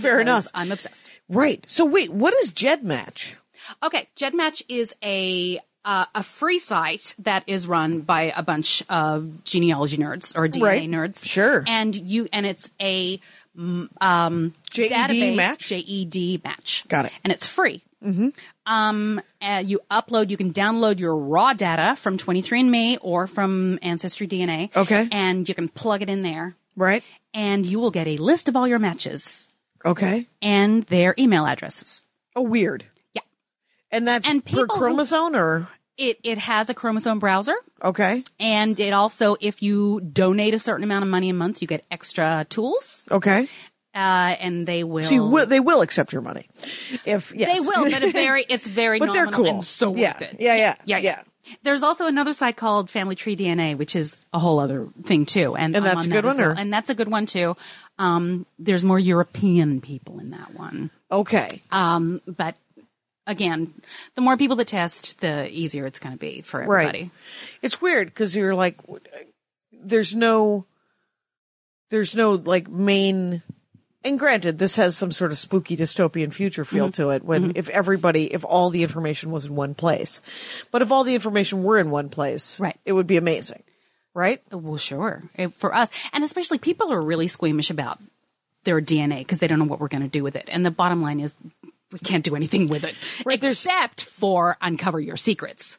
Speaker 3: <laughs> Fair enough.
Speaker 4: because I'm obsessed.
Speaker 3: Right. So wait, what is Jed Match?
Speaker 4: Okay, GEDmatch is a uh, a free site that is run by a bunch of genealogy nerds or DNA
Speaker 3: Right.
Speaker 4: nerds.
Speaker 3: Sure.
Speaker 4: and you and it's a mm, um,
Speaker 3: JED
Speaker 4: database
Speaker 3: match?
Speaker 4: JED match.
Speaker 3: Got it.
Speaker 4: And it's free. Mm-hmm. Um, and you upload, you can download your raw data from 23andMe or from Ancestry DNA.
Speaker 3: Okay.
Speaker 4: and you can plug it in there,
Speaker 3: Right.
Speaker 4: and you will get a list of all your matches
Speaker 3: Okay.
Speaker 4: and their email addresses.
Speaker 3: Oh, weird.
Speaker 4: Yeah.
Speaker 3: And that's
Speaker 4: And
Speaker 3: per
Speaker 4: people who-
Speaker 3: chromosome or
Speaker 4: It it has a chromosome browser.
Speaker 3: okay,
Speaker 4: And it also, if you donate a certain amount of money a month, you get extra tools.
Speaker 3: okay,
Speaker 4: Uh, uh, and they will.
Speaker 3: So you will, they will accept your money. If yes.
Speaker 4: They
Speaker 3: <laughs>
Speaker 4: will, but a very it's very
Speaker 3: But they're
Speaker 4: nominal
Speaker 3: cool.
Speaker 4: and so
Speaker 3: Yeah.
Speaker 4: worth it.
Speaker 3: Yeah, yeah,
Speaker 4: yeah,
Speaker 3: yeah.
Speaker 4: There's also another site called Family Tree DNA, which is a whole other thing too, and,
Speaker 3: And
Speaker 4: I'm
Speaker 3: that's
Speaker 4: on
Speaker 3: a good
Speaker 4: that as
Speaker 3: one, or-
Speaker 4: well. And that's a good one too. Um, there's more European people in that one,
Speaker 3: okay.
Speaker 4: um, but again, the more people that test, the easier it's going to be for everybody.
Speaker 3: Right. It's weird because you're like, w- there's no, there's no like main. And granted, this has some sort of spooky dystopian future feel
Speaker 4: Mm-hmm.
Speaker 3: to it. When if everybody, if all the information was in one place, but if all the information were in one place,
Speaker 4: Right.
Speaker 3: it would be amazing, right?
Speaker 4: Well, sure. It- for us, and especially people are really squeamish about their DNA because they don't know what we're going to do with it. And the bottom line is, we can't do anything with it
Speaker 3: Right, there's-
Speaker 4: except for uncover your secrets.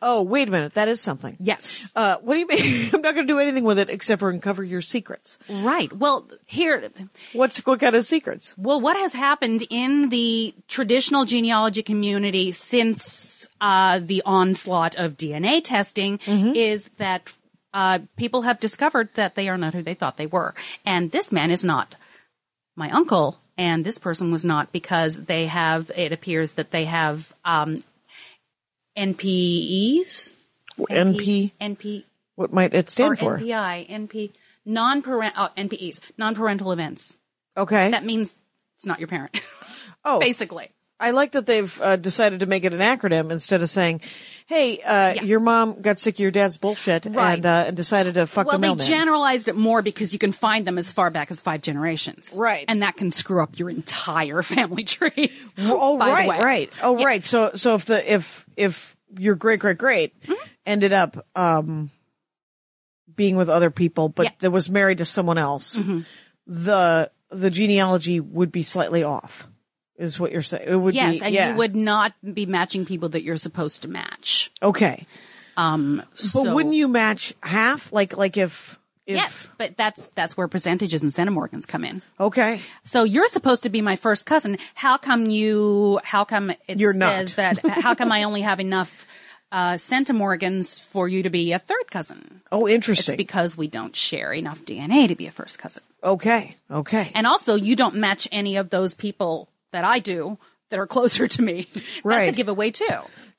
Speaker 3: Oh, wait a minute, that is something.
Speaker 4: Yes.
Speaker 3: Uh, what do you mean? <laughs> I'm not going to do anything with it except for uncover your secrets.
Speaker 4: Right. Well, here,
Speaker 3: What's what kind of secrets?
Speaker 4: well, what has happened in the traditional genealogy community since uh, the onslaught of DNA testing
Speaker 3: Mm-hmm.
Speaker 4: is that uh, people have discovered that they are not who they thought they were, and this man is not my uncle, and this person was not because they have. It appears that they have um, NPEs,
Speaker 3: NP.
Speaker 4: NP,
Speaker 3: What might it
Speaker 4: or
Speaker 3: stand for?
Speaker 4: NPI, NP, non-parent, oh, NPEs, non-parental events.
Speaker 3: Okay.
Speaker 4: That means it's not your parent. <laughs>
Speaker 3: oh,
Speaker 4: basically.
Speaker 3: I like that they've uh, decided to make it an acronym instead of saying, "Hey, uh, your mom got sick of your dad's bullshit
Speaker 4: Right.
Speaker 3: and uh, and decided to fuck
Speaker 4: Well,
Speaker 3: the
Speaker 4: they
Speaker 3: mailman."
Speaker 4: generalized it more because you can find them as far back as five generations.
Speaker 3: Right.
Speaker 4: And that can screw up your entire <laughs> family tree.
Speaker 3: oh,
Speaker 4: by the
Speaker 3: right,
Speaker 4: way.
Speaker 3: right. Oh, right. So so if the if if your great great great
Speaker 4: Mm-hmm.
Speaker 3: ended up um being with other people, but
Speaker 4: Yeah. Mm-hmm.
Speaker 3: that was married to someone else, the the genealogy would be slightly off. Is what you're saying? It would
Speaker 4: Yes,
Speaker 3: be
Speaker 4: and
Speaker 3: yeah.
Speaker 4: you would not be matching people that you're supposed to match.
Speaker 3: okay.
Speaker 4: Um,
Speaker 3: But wouldn't you match half? Like like if, if
Speaker 4: Yes, but that's that's where percentages and centimorgans come in.
Speaker 3: okay
Speaker 4: So you're supposed to be my first cousin. How come you? How come it
Speaker 3: You're not.
Speaker 4: says that?
Speaker 3: <laughs>
Speaker 4: How come I only have enough uh, centimorgans for you to be a third cousin?
Speaker 3: oh interesting
Speaker 4: Because we don't share enough DNA to be a first cousin.
Speaker 3: Okay. Okay.
Speaker 4: And also, you don't match any of those people that I do that are closer to me. <laughs> That's a
Speaker 3: Right.
Speaker 4: giveaway too.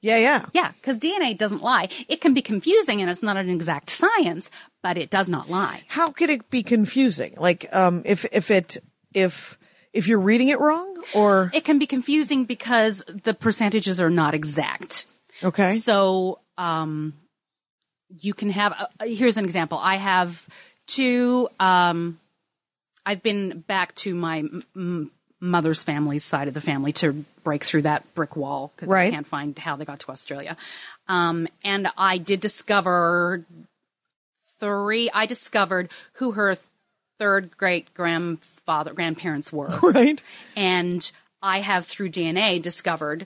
Speaker 3: yeah, yeah.
Speaker 4: Yeah, because DNA doesn't lie. It can be confusing and it's not an exact science, but it does not lie.
Speaker 3: How could it be confusing? Like, um, if if it if if you're reading it wrong, or
Speaker 4: It can be confusing because the percentages are not exact.
Speaker 3: okay,
Speaker 4: So, um, you can have, uh, uh, here's an example. I have two, um, I've been back to my m- m- mother's family's side of the family to break through that brick wall because I
Speaker 3: Right.
Speaker 4: can't find how they got to Australia. Um, and I did discover three, I discovered who her third great grandfather, grandparents were
Speaker 3: <laughs> right,
Speaker 4: and I have through DNA discovered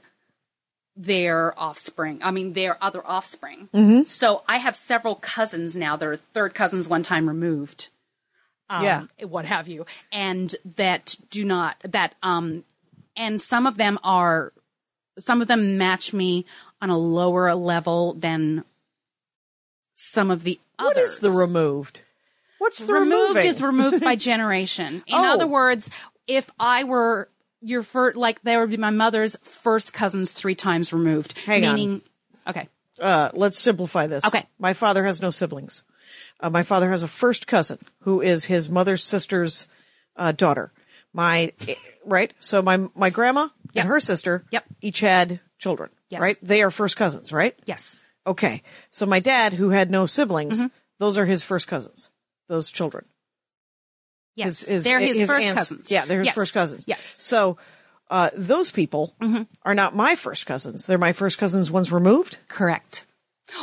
Speaker 4: their offspring. I mean, their other offspring.
Speaker 3: Mm-hmm.
Speaker 4: So I have several cousins now. They're third cousins, one time removed, Um,
Speaker 3: yeah,
Speaker 4: what have you, and that do not that um, and some of them are, some of them match me on a lower level than some of the others.
Speaker 3: what is the removed? What's the
Speaker 4: removed
Speaker 3: removing?
Speaker 4: is
Speaker 3: <laughs>
Speaker 4: removed by generation. In
Speaker 3: Oh.
Speaker 4: other words, if I were your first, like there would be my mother's first cousins three times removed.
Speaker 3: Hang on.
Speaker 4: meaning, okay,
Speaker 3: uh, let's simplify this.
Speaker 4: Okay.
Speaker 3: my father has no siblings. Uh, my father has a first cousin who is his mother's sister's uh, daughter. My eh, right, so my my grandma
Speaker 4: Yep.
Speaker 3: and her sister,
Speaker 4: Yep.
Speaker 3: each had children.
Speaker 4: Yes.
Speaker 3: Right, they are first cousins. Right,
Speaker 4: yes,
Speaker 3: Okay. So my dad, who had no
Speaker 4: Mm-hmm.
Speaker 3: siblings, those are his first cousins, those children.
Speaker 4: yes,
Speaker 3: His- his-
Speaker 4: they're his, first
Speaker 3: aunts-
Speaker 4: cousins.
Speaker 3: Yeah, they're his
Speaker 4: Yes.
Speaker 3: first cousins.
Speaker 4: Yes, Mm-hmm.
Speaker 3: So uh, those people are not my first cousins. They're my first cousins once removed.
Speaker 4: correct.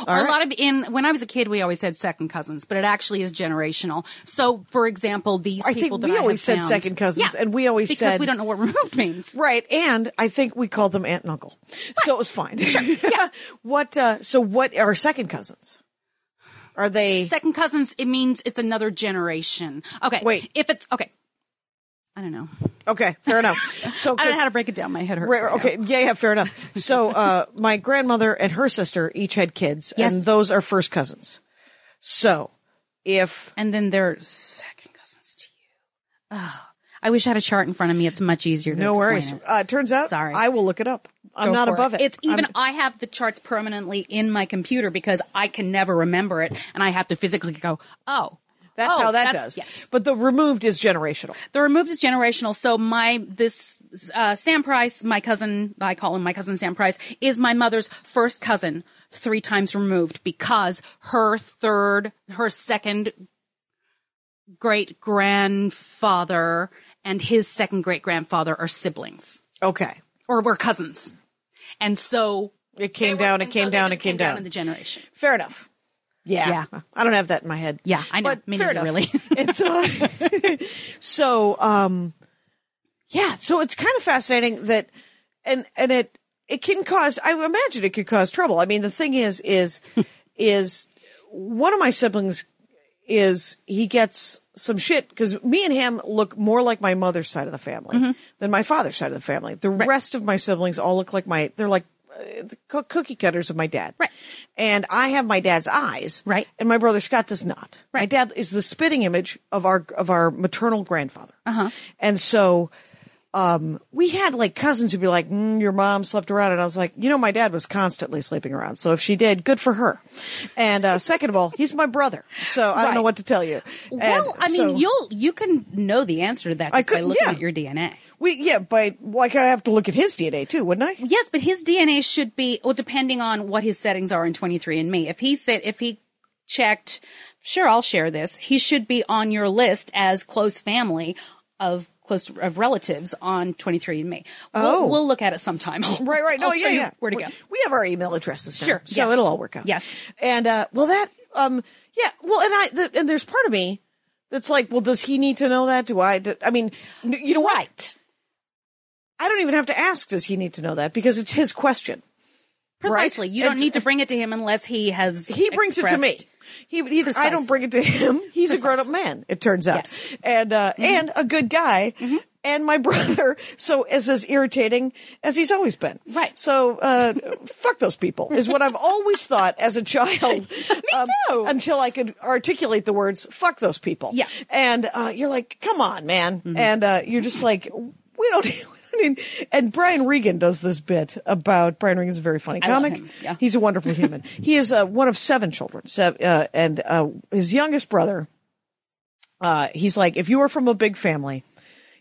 Speaker 4: a
Speaker 3: right.
Speaker 4: lot of in when I was a kid, we always said second cousins, but it actually is generational. So, for example, these
Speaker 3: I
Speaker 4: people
Speaker 3: think
Speaker 4: that
Speaker 3: we
Speaker 4: I
Speaker 3: always said
Speaker 4: have found-
Speaker 3: second cousins,
Speaker 4: Yeah,
Speaker 3: and we always
Speaker 4: because
Speaker 3: said-
Speaker 4: we don't know what removed <laughs> means.
Speaker 3: Right. And I think we called them aunt and uncle. So it was fine. <laughs> what, uh, so what are second cousins? Are they?
Speaker 4: Second cousins, it means it's another generation. Okay,
Speaker 3: Wait.
Speaker 4: if it's okay, I don't know.
Speaker 3: okay. Fair enough. So
Speaker 4: <laughs> I don't
Speaker 3: 'cause-
Speaker 4: know how to break it down. My head hurts.
Speaker 3: Right,
Speaker 4: right now.
Speaker 3: okay, yeah, yeah, fair enough. So, uh, my grandmother and her sister each had kids,
Speaker 4: Yes.
Speaker 3: and those are first cousins. So, if
Speaker 4: And then they're second cousins to you. Oh, I wish I had a chart in front of me. It's much easier to
Speaker 3: No
Speaker 4: explain
Speaker 3: worries.
Speaker 4: it.
Speaker 3: Uh, it turns out,
Speaker 4: Sorry.
Speaker 3: I will look it up. I'm
Speaker 4: Go
Speaker 3: not
Speaker 4: for
Speaker 3: above it.
Speaker 4: It's even i have the charts permanently in my computer because I can never remember it, and I have to physically go. Oh,
Speaker 3: That's
Speaker 4: oh,
Speaker 3: how that
Speaker 4: that's-
Speaker 3: does.
Speaker 4: Yes,
Speaker 3: But the removed is generational.
Speaker 4: the removed is generational. So my this uh, Sam Price, my cousin, I call him my cousin Sam Price, is my mother's first cousin, three times removed because her third, her second great grandfather and his second great grandfather are siblings
Speaker 3: Okay.
Speaker 4: or were cousins, and so
Speaker 3: It came
Speaker 4: they were-
Speaker 3: down, it
Speaker 4: and so
Speaker 3: came
Speaker 4: they
Speaker 3: down,
Speaker 4: just
Speaker 3: it came down.
Speaker 4: in the generation.
Speaker 3: fair enough. Yeah.
Speaker 4: Yeah.
Speaker 3: I don't have that in my head.
Speaker 4: Yeah, I know.
Speaker 3: But
Speaker 4: Me
Speaker 3: fair
Speaker 4: neither,
Speaker 3: enough.
Speaker 4: really.
Speaker 3: it's, uh, <laughs>
Speaker 4: <laughs>
Speaker 3: so, um, yeah, so it's kind of fascinating that, and, and it, it can cause, I imagine it could cause trouble. I mean, the thing is, is, is one of my siblings is he gets some shit because me and him look more like my mother's side of the family than my father's side of the family. The rest of my siblings all look like my, they're like uh, the coo- cookie cutters of my dad.
Speaker 4: Right.
Speaker 3: And I have my dad's eyes.
Speaker 4: Right.
Speaker 3: And my brother Scott does not. My
Speaker 4: Right.
Speaker 3: dad is the spitting image of our, of our maternal grandfather. Uh-huh. And so, um, we had like cousins who'd be like, mm, your mom slept around. And I was like, you know, my dad was constantly sleeping around. So if she did, good for her. And, uh, second of all, he's my brother. So I don't know
Speaker 4: Right.
Speaker 3: what to tell you.
Speaker 4: Well,
Speaker 3: And
Speaker 4: I mean,
Speaker 3: so-
Speaker 4: you'll you can know the answer to that
Speaker 3: I
Speaker 4: just by
Speaker 3: could-
Speaker 4: looking
Speaker 3: yeah.
Speaker 4: at your DNA.
Speaker 3: we, yeah, but well, I kind of have to look at his DNA too, wouldn't I?
Speaker 4: Yes, but his DNA should be well, depending on what his settings are in 23andMe. If he said if he checked, sure, I'll share this. He should be on your list as close family of close of relatives on 23andMe.
Speaker 3: Oh.
Speaker 4: We'll, we'll look at it sometime.
Speaker 3: Right, right. No,
Speaker 4: I'll
Speaker 3: yeah,
Speaker 4: show you
Speaker 3: yeah.
Speaker 4: Where to
Speaker 3: we,
Speaker 4: go?
Speaker 3: We have our email addresses. now,
Speaker 4: Sure,
Speaker 3: So
Speaker 4: yes.
Speaker 3: it'll all work out.
Speaker 4: Yes.
Speaker 3: And uh, well, that um, yeah. Well, and I the, and there's part of me that's like, well, does he need to know that? Do I? Do, I mean, n- you know what?
Speaker 4: Right.
Speaker 3: I don't even have to ask. Does he need to know that? Because it's his question.
Speaker 4: Precisely. You
Speaker 3: It's-
Speaker 4: don't need to bring it to him unless he has.
Speaker 3: He brings it to me.
Speaker 4: expressed-
Speaker 3: He, he I don't
Speaker 4: Precisely.
Speaker 3: bring it to him. He's a
Speaker 4: Precisely.
Speaker 3: grown up man. It turns out,
Speaker 4: Yes. Mm-hmm.
Speaker 3: and uh, and a good guy. And my <laughs> brother, so is as irritating as he's always been.
Speaker 4: Right.
Speaker 3: So, uh, fuck those people is what I've always thought as a
Speaker 4: <laughs>
Speaker 3: child. Me
Speaker 4: too.
Speaker 3: Until I could articulate the words "fuck those people."
Speaker 4: Yeah. Mm-hmm.
Speaker 3: And uh, you're like, come on, man. And uh, you're just like, we don't. <laughs> I mean, and Brian Regan does this bit about Brian Regan's a very funny
Speaker 4: love
Speaker 3: comic.
Speaker 4: him. Yeah.
Speaker 3: He's a
Speaker 4: <laughs>
Speaker 3: wonderful human. he is uh, one of seven children, seven, uh, and uh, his youngest brother. Uh, he's like, if you are from a big family,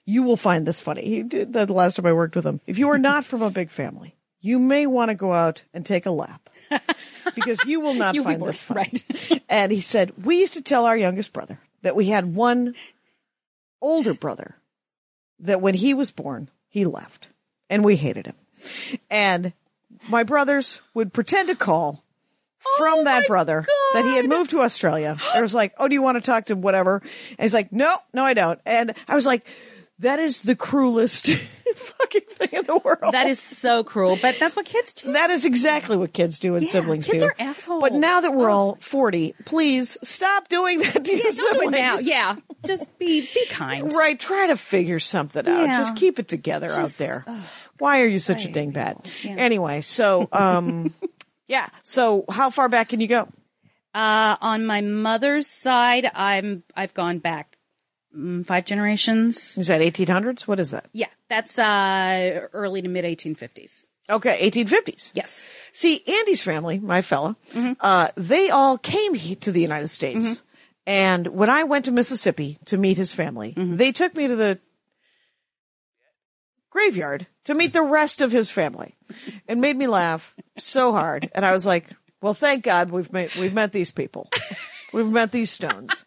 Speaker 3: you will find this funny. He did that the last time I worked with him. If you are not from a big family, you may want to go out and take a
Speaker 4: <laughs>
Speaker 3: lap because you will not
Speaker 4: You'll be
Speaker 3: find
Speaker 4: bored,
Speaker 3: this funny.
Speaker 4: right.
Speaker 3: <laughs> and he said, we used to tell our youngest brother that we had one older brother that when he was born, he left and we hated him. And my brothers would pretend to call from
Speaker 4: Oh
Speaker 3: that brother that he had moved to Australia. I was like, "Oh, do you want to talk to whatever?" And he's like, "No, no, I don't." And I was like, "That is the cruelest <laughs> fucking thing in the world."
Speaker 4: That is so cruel, but that's what
Speaker 3: <laughs>
Speaker 4: kids do.
Speaker 3: That is exactly what kids do and siblings
Speaker 4: kids
Speaker 3: do.
Speaker 4: are assholes. Oh.
Speaker 3: But now that we're all forty, please stop doing that to your
Speaker 4: Don't do
Speaker 3: siblings.
Speaker 4: it now. Yeah. Just be be kind.
Speaker 3: Right, try to figure something out.
Speaker 4: Yeah.
Speaker 3: Just keep it together
Speaker 4: Just-
Speaker 3: out there. Why are you such a dingbat? Anyway, so um <laughs> yeah, so how far back can you go?
Speaker 4: Uh, on my mother's side, I'm I've gone back mm, five generations.
Speaker 3: Is that 1800s? What is that?
Speaker 4: Yeah, that's uh, early to mid 1850s.
Speaker 3: Okay, 1850s.
Speaker 4: Yes,
Speaker 3: See, Andy's family, my fella,
Speaker 4: Mm-hmm.
Speaker 3: uh, they all came he- to the United States. And when I went to Mississippi to meet his family,
Speaker 4: Mm-hmm.
Speaker 3: they took me to the graveyard to meet the rest of his family and made me laugh so hard. And I was like, well, thank God we've met, we've met these people. We've met these stones.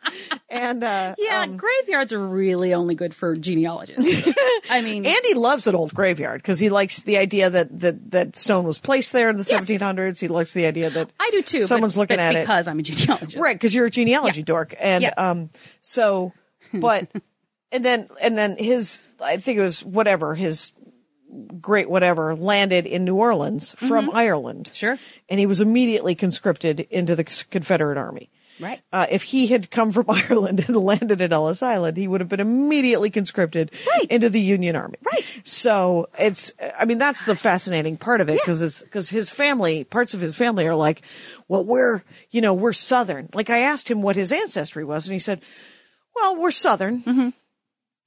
Speaker 3: And, uh,
Speaker 4: yeah.
Speaker 3: um,
Speaker 4: graveyards are really only good for genealogists. <laughs> I mean,
Speaker 3: Andy loves an old graveyard because he likes the idea that, that, that stone was placed there in the
Speaker 4: Yes.
Speaker 3: 1700s. He likes the idea that
Speaker 4: I do too. but-
Speaker 3: Someone's looking
Speaker 4: but
Speaker 3: at it.
Speaker 4: because I'm a genealogist.
Speaker 3: Right, because you're a genealogy
Speaker 4: Yeah.
Speaker 3: dork, and
Speaker 4: Yeah.
Speaker 3: um, so,
Speaker 4: <laughs>
Speaker 3: but, and then and then his, I think it was whatever his great whatever landed in New Orleans from Ireland,
Speaker 4: Mm-hmm. Sure.
Speaker 3: and he was immediately conscripted into the Confederate Army.
Speaker 4: Right.
Speaker 3: Uh, if he had come from <laughs> Ireland and landed at Ellis Island, he would have been immediately conscripted
Speaker 4: Right.
Speaker 3: into the Union Army.
Speaker 4: Right.
Speaker 3: So it's, I mean, that's the fascinating part of it because it's, because his family, parts of his family are like, well, we're, you know, we're Southern. Like I asked him what his ancestry was and he said, well, we're Southern.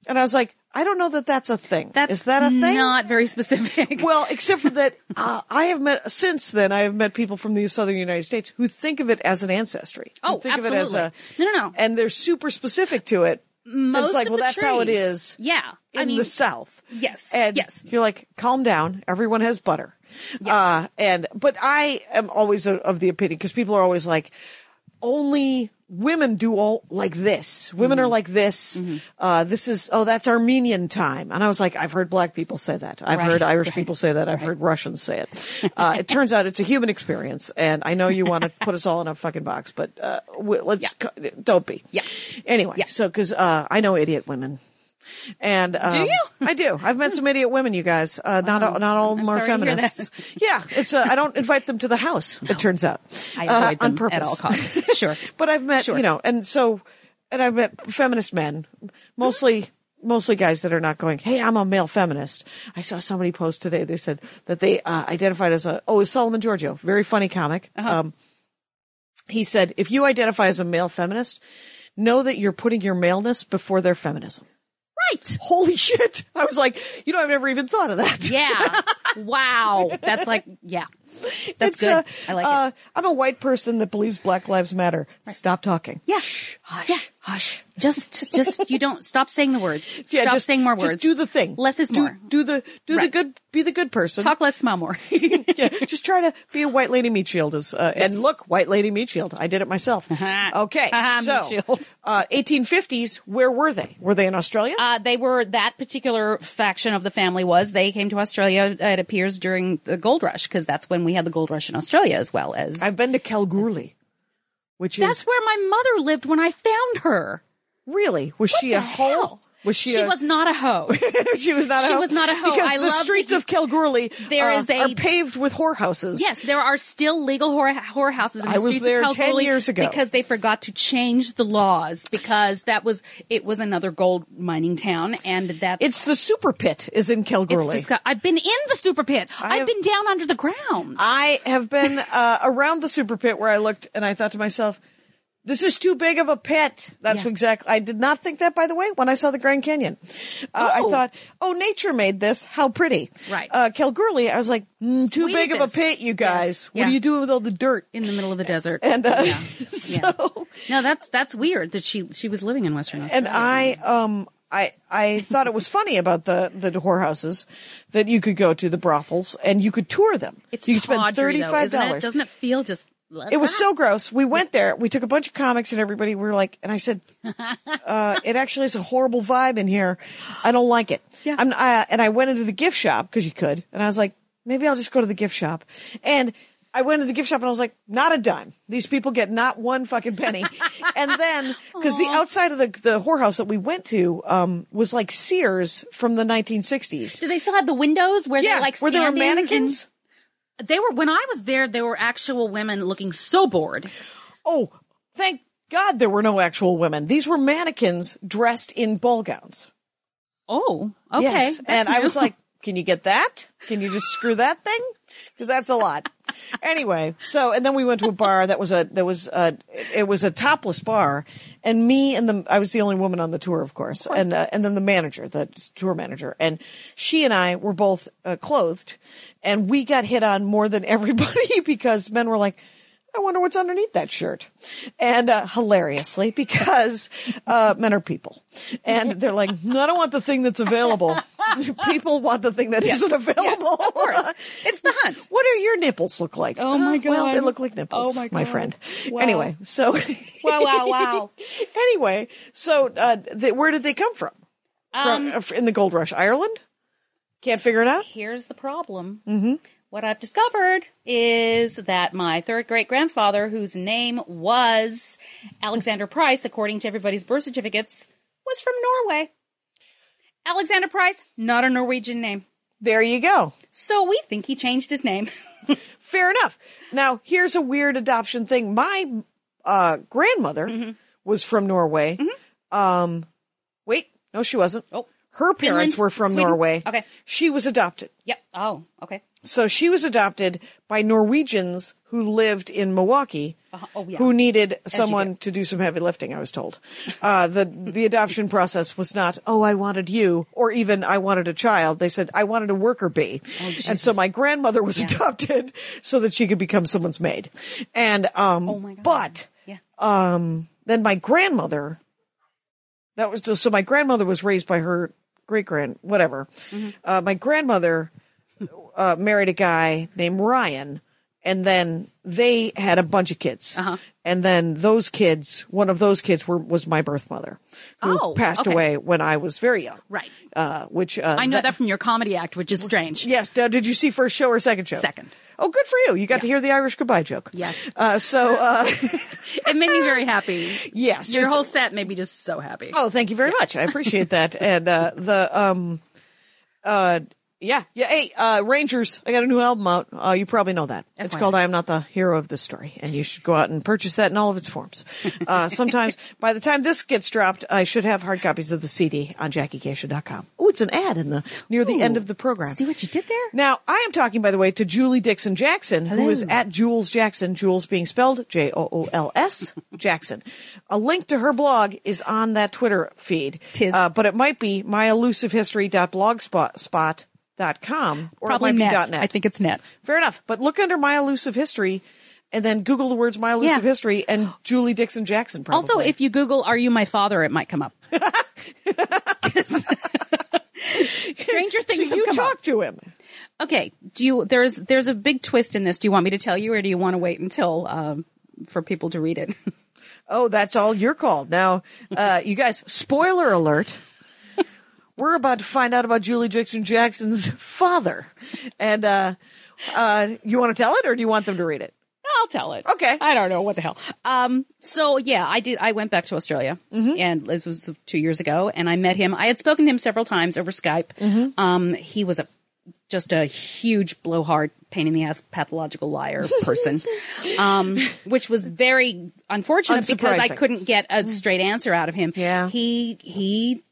Speaker 3: And I was like, I don't know that that's a thing.
Speaker 4: Mm-hmm. That's
Speaker 3: Is that a thing?
Speaker 4: Not very specific.
Speaker 3: Well, except for that, uh, I have met since then. I have met people from the southern United States who think of it as an ancestry. who
Speaker 4: Oh,
Speaker 3: think of it as a
Speaker 4: absolutely. No, no, no.
Speaker 3: and they're super specific to it. And
Speaker 4: Most
Speaker 3: it's like,
Speaker 4: of
Speaker 3: well,
Speaker 4: the
Speaker 3: that's how it
Speaker 4: trees.
Speaker 3: is
Speaker 4: Yeah,
Speaker 3: in
Speaker 4: I mean,
Speaker 3: the South.
Speaker 4: yes,
Speaker 3: and
Speaker 4: yes.
Speaker 3: you're like, calm down. Everyone has butter. Uh, and but I am always o- of the opinion because people are always like, only women do all like this. Women
Speaker 4: Mm-hmm.
Speaker 3: are like this. Uh, this is oh, that's Armenian time. And I was like, I've heard black people say that. I've
Speaker 4: Right,
Speaker 3: heard Irish
Speaker 4: right,
Speaker 3: people say that. I've heard Russians say it. Uh, it turns out it's a human experience, and I know you
Speaker 4: <laughs>
Speaker 3: want to put us all in a fucking box, but uh, we, let's co- don't be.
Speaker 4: Yeah.
Speaker 3: Anyway,
Speaker 4: Yeah.
Speaker 3: so because uh, I know idiot women. And um,
Speaker 4: you?
Speaker 3: <laughs> I do. I've met some idiot women, you guys. Uh, not all, not all of them are
Speaker 4: sorry to hear that.
Speaker 3: feminists. Yeah, it's. Uh, I don't invite them to the house. It turns out
Speaker 4: I
Speaker 3: Uh,
Speaker 4: avoid
Speaker 3: on
Speaker 4: them
Speaker 3: purpose
Speaker 4: at all costs. <laughs> Sure.
Speaker 3: but I've met
Speaker 4: Sure.
Speaker 3: you know, and so and I've met feminist men, mostly mostly guys that are not going, Hey, I'm a male feminist. I saw somebody post today, they said that they uh, identified as a oh, it was Solomon Giorgio, very funny comic.
Speaker 4: Uh-huh.
Speaker 3: Um he said, if you identify as a male feminist, know that you're putting your maleness before their feminism.
Speaker 4: right.
Speaker 3: Holy <laughs> shit. I was like, you know, I've never even thought of that.
Speaker 4: Yeah. wow. That's like
Speaker 3: <laughs>
Speaker 4: yeah. That's good.
Speaker 3: uh,
Speaker 4: I like
Speaker 3: uh, I'm a white person that believes Black Lives Matter. Stop talking.
Speaker 4: Yeah.
Speaker 3: Shh, hush,
Speaker 4: Yeah.
Speaker 3: hush.
Speaker 4: it. Just just you don't stop saying the words.
Speaker 3: <laughs> Yeah,
Speaker 4: stop
Speaker 3: just-
Speaker 4: saying more
Speaker 3: just
Speaker 4: words.
Speaker 3: do the thing.
Speaker 4: Less is
Speaker 3: do,
Speaker 4: more.
Speaker 3: Do the do the
Speaker 4: Right.
Speaker 3: good. Be the good person.
Speaker 4: Talk less, smile more.
Speaker 3: <laughs> yeah, just try to be a white lady meat shield. Is uh, and look, white lady meat shield. I did it
Speaker 4: <laughs>
Speaker 3: myself. okay,
Speaker 4: Meat
Speaker 3: so
Speaker 4: shield.
Speaker 3: <laughs> uh, 1850s. Where were they? Were they in Australia?
Speaker 4: <laughs> Uh, they were that particular faction of the family was they came to Australia. uh, It appears during the gold rush because that's when we had the gold rush in Australia as well as
Speaker 3: I've been to Kalgoorlie, which
Speaker 4: that's
Speaker 3: is
Speaker 4: where my mother lived when I found her.
Speaker 3: really was she a
Speaker 4: the
Speaker 3: hoe?
Speaker 4: hell?
Speaker 3: Was she? uh,
Speaker 4: She
Speaker 3: a,
Speaker 4: was not a hoe.
Speaker 3: <laughs> she was not. A
Speaker 4: she
Speaker 3: hoe?
Speaker 4: was not a hoe.
Speaker 3: Because
Speaker 4: I
Speaker 3: the
Speaker 4: love that
Speaker 3: streets
Speaker 4: you-
Speaker 3: of Kalgoorlie
Speaker 4: There
Speaker 3: uh,
Speaker 4: is a-
Speaker 3: are paved with whorehouses.
Speaker 4: Yes, there are still legal whore, whorehouses in the
Speaker 3: I was
Speaker 4: streets
Speaker 3: there 10
Speaker 4: of Kalgoorlie
Speaker 3: years ago.
Speaker 4: because they forgot to change the laws because that was it was another gold mining town and that's
Speaker 3: it's the super pit is in Kalgoorlie.
Speaker 4: it's disgu- I've been in the super pit. I've,
Speaker 3: have-
Speaker 4: been down under the ground.
Speaker 3: I have been uh, around the super pit where I looked and I thought to myself, this is too big of a pit. That's
Speaker 4: Yeah.
Speaker 3: exactly. I did not think that, by the way, when I saw the Grand Canyon. Uh, I
Speaker 4: Oh.
Speaker 3: thought, oh, nature made this. How pretty.
Speaker 4: Right.
Speaker 3: Uh, Kalgoorlie, I was like, mm, too
Speaker 4: We
Speaker 3: big
Speaker 4: did
Speaker 3: of a
Speaker 4: this.
Speaker 3: pit, you guys. What are
Speaker 4: Yeah.
Speaker 3: you doing with all the dirt?
Speaker 4: in the middle of the desert.
Speaker 3: <laughs> And uh,
Speaker 4: yeah. yeah.
Speaker 3: so,
Speaker 4: <laughs> No, that's that's weird that she she was living in Western Australia.
Speaker 3: and I, um, I, I thought it was funny about the, the whorehouses that you could go to, the brothels, and you could tour them.
Speaker 4: it's
Speaker 3: you could spend $35.
Speaker 4: tawdry, Though, isn't it? Doesn't it feel just
Speaker 3: It was so gross. We went there. We took a bunch of comics and everybody. We were like, and I said,
Speaker 4: <laughs>
Speaker 3: uh, "It actually is a horrible vibe in here. I don't like it."
Speaker 4: Yeah.
Speaker 3: I'm, I, and I went into the gift shop because you could, and I was like, maybe I'll just go to the gift shop. And I went to the gift shop and I was like, not a dime. These people get not one fucking
Speaker 4: <laughs>
Speaker 3: penny. and then because the outside of the the whorehouse that we went to um, was like Sears from the 1960s.
Speaker 4: Do they still have the windows where
Speaker 3: Yeah,
Speaker 4: they're like
Speaker 3: where there were
Speaker 4: standing and-
Speaker 3: mannequins.
Speaker 4: they were when I was there. They were actual women looking so bored.
Speaker 3: Oh, thank God there were no actual women. These were mannequins dressed in ball gowns.
Speaker 4: Oh, okay.
Speaker 3: Yes.
Speaker 4: that's
Speaker 3: And I
Speaker 4: new.
Speaker 3: was like, can you get that? Can you just screw that thing? Because that's a lot. anyway, so and then we went to a bar that was a that was a it was a topless bar, and me and the I was the only woman on the tour, of course, and uh, and then the manager, the tour manager, and she and I were both uh, clothed, and we got hit on more than <laughs> everybody because men were like. I wonder what's underneath that shirt. And uh, hilariously, because uh, men are people. And they're like, no, I don't want the thing that's available. <laughs> people want the thing that not available.
Speaker 4: of course. <laughs> It's the hunt.
Speaker 3: <laughs> What do your nipples look like?
Speaker 4: Oh, my
Speaker 3: Well, they
Speaker 4: God.
Speaker 3: look like nipples,
Speaker 4: Oh, my
Speaker 3: my
Speaker 4: God.
Speaker 3: friend.
Speaker 4: Wow.
Speaker 3: Anyway, so.
Speaker 4: Wow, wow, wow.
Speaker 3: <laughs> anyway, so uh, th- where did they come from? From
Speaker 4: Um,
Speaker 3: uh, in the gold rush, Ireland? Can't figure it out?
Speaker 4: Here's the problem. Mm-hmm. What I've discovered is that my third great grandfather, whose name was Alexander Price, according to everybody's birth certificates, was from Norway. Alexander Price, not a Norwegian name.
Speaker 3: There you go.
Speaker 4: So we think he changed
Speaker 3: <laughs>
Speaker 4: his name.
Speaker 3: Fair enough. Now, here's a weird adoption thing. My uh, grandmother
Speaker 4: Mm-hmm.
Speaker 3: was from Norway. Um, wait, no, she wasn't.
Speaker 4: Oh.
Speaker 3: Her parents
Speaker 4: Finland,
Speaker 3: were from
Speaker 4: Sweden.
Speaker 3: Norway.
Speaker 4: Okay.
Speaker 3: She was adopted.
Speaker 4: yep. Oh, okay.
Speaker 3: So she was adopted by Norwegians who lived in Milwaukee,
Speaker 4: oh, yeah.
Speaker 3: who needed someone to do some heavy lifting. I was told. Uh, the the adoption process was not, oh, I wanted you, or even I wanted a child. They said I wanted a worker bee,
Speaker 4: Oh,
Speaker 3: and so my grandmother was adopted so that she could become someone's maid. And um,
Speaker 4: Oh my God.
Speaker 3: but um,
Speaker 4: yeah.
Speaker 3: then my grandmother that was just, so my grandmother was raised by her great grand whatever
Speaker 4: Mm-hmm.
Speaker 3: uh, my grandmother uh, married a guy named ryan and then they had a bunch of kids
Speaker 4: Uh-huh.
Speaker 3: and then those kids one of those kids were was my birth mother who
Speaker 4: Oh,
Speaker 3: passed
Speaker 4: okay.
Speaker 3: away when i was very young
Speaker 4: Right.
Speaker 3: uh, which uh,
Speaker 4: I know that, from your comedy act, which is
Speaker 3: <laughs>
Speaker 4: strange.
Speaker 3: yes now, did you see first show or second show
Speaker 4: Second.
Speaker 3: oh good for you you got to hear the irish goodbye joke
Speaker 4: Yes.
Speaker 3: uh, so uh,
Speaker 4: It made me very happy.
Speaker 3: <laughs> yes
Speaker 4: Your
Speaker 3: it's-
Speaker 4: whole set made me just so happy.
Speaker 3: Oh, thank you very much. I appreciate
Speaker 4: <laughs>
Speaker 3: that. And uh, the um, uh, yeah, yeah. Hey, uh, Rangers, I got a new album out. Uh, you probably know that. It's
Speaker 4: FYI.
Speaker 3: called "I Am Not the Hero of This Story," and you should go out and purchase that in all of its forms.
Speaker 4: <laughs>
Speaker 3: Uh, sometimes, by the time this gets dropped, I should have hard copies of the CD on JackieCasha.com. Oh, it's an ad in the near the end of the program.
Speaker 4: See what you did there?
Speaker 3: Now, I am talking, by the way, to Julie Dixon Jackson, who is at Jules Jackson, Jules being spelled J O O L S Jackson. A link to her blog is on that Twitter feed.
Speaker 4: Tis.
Speaker 3: Uh, but it might be myelusivehistory.blogspot.com or
Speaker 4: Probably
Speaker 3: it might
Speaker 4: net.
Speaker 3: be dot .net.
Speaker 4: I think it's net.
Speaker 3: Fair enough. But look under My Elusive History and then Google the words My Elusive
Speaker 4: Yeah.
Speaker 3: History and Julie Dixon Jackson probably.
Speaker 4: Also, if you Google "Are you my father," it might come
Speaker 3: <laughs>
Speaker 4: up. Stranger things
Speaker 3: so
Speaker 4: have
Speaker 3: you
Speaker 4: come
Speaker 3: talk to him.
Speaker 4: up. Okay, do you? There's there's a big twist in this. Do you want me to tell you, or do you want to wait until um, for people to read it?
Speaker 3: Oh, that's all you're called. Now, uh, you guys, spoiler alert. We're about to find out about Julie Jackson Jackson's father. And, uh, uh, you want to tell it or do you want them to read it?
Speaker 4: I'll tell it.
Speaker 3: Okay.
Speaker 4: I don't know what the hell. Um. So yeah, I did. I went back to Australia,
Speaker 3: Mm-hmm.
Speaker 4: and this was two years ago, and I met him. I had spoken to him several times over Skype.
Speaker 3: Mm-hmm.
Speaker 4: Um. He was a just a huge blowhard, pain in the ass,
Speaker 3: <laughs>
Speaker 4: pathological liar person, um, which was very unfortunate because I
Speaker 3: Unsurprising. Mm.
Speaker 4: couldn't get a straight answer out of him.
Speaker 3: Yeah.
Speaker 4: He he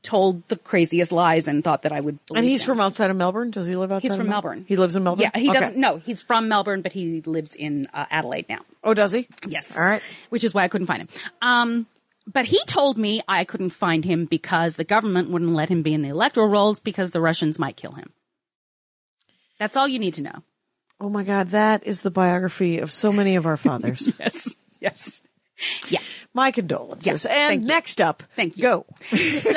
Speaker 4: told the craziest lies and thought that I would. Believe
Speaker 3: And he's
Speaker 4: them.
Speaker 3: from outside of Melbourne. Does he live outside?
Speaker 4: He's
Speaker 3: of
Speaker 4: from
Speaker 3: Mel-
Speaker 4: Melbourne.
Speaker 3: He lives in Melbourne.
Speaker 4: Yeah, he
Speaker 3: Okay.
Speaker 4: doesn't. No, he's from Melbourne, but he lives in uh, Adelaide now.
Speaker 3: Oh, does he?
Speaker 4: Yes.
Speaker 3: All right.
Speaker 4: Which is why I couldn't find him. Um, but he told me I couldn't find him because the government wouldn't let him be in the electoral rolls because the Russians might kill him. That's all you need to know.
Speaker 3: Oh my God. That is the biography of so many of our
Speaker 4: <laughs>
Speaker 3: fathers.
Speaker 4: Yes. Yes. Yeah.
Speaker 3: My condolences.
Speaker 4: Yeah,
Speaker 3: and
Speaker 4: thank you.
Speaker 3: next up.
Speaker 4: Thank you.
Speaker 3: Go.
Speaker 4: So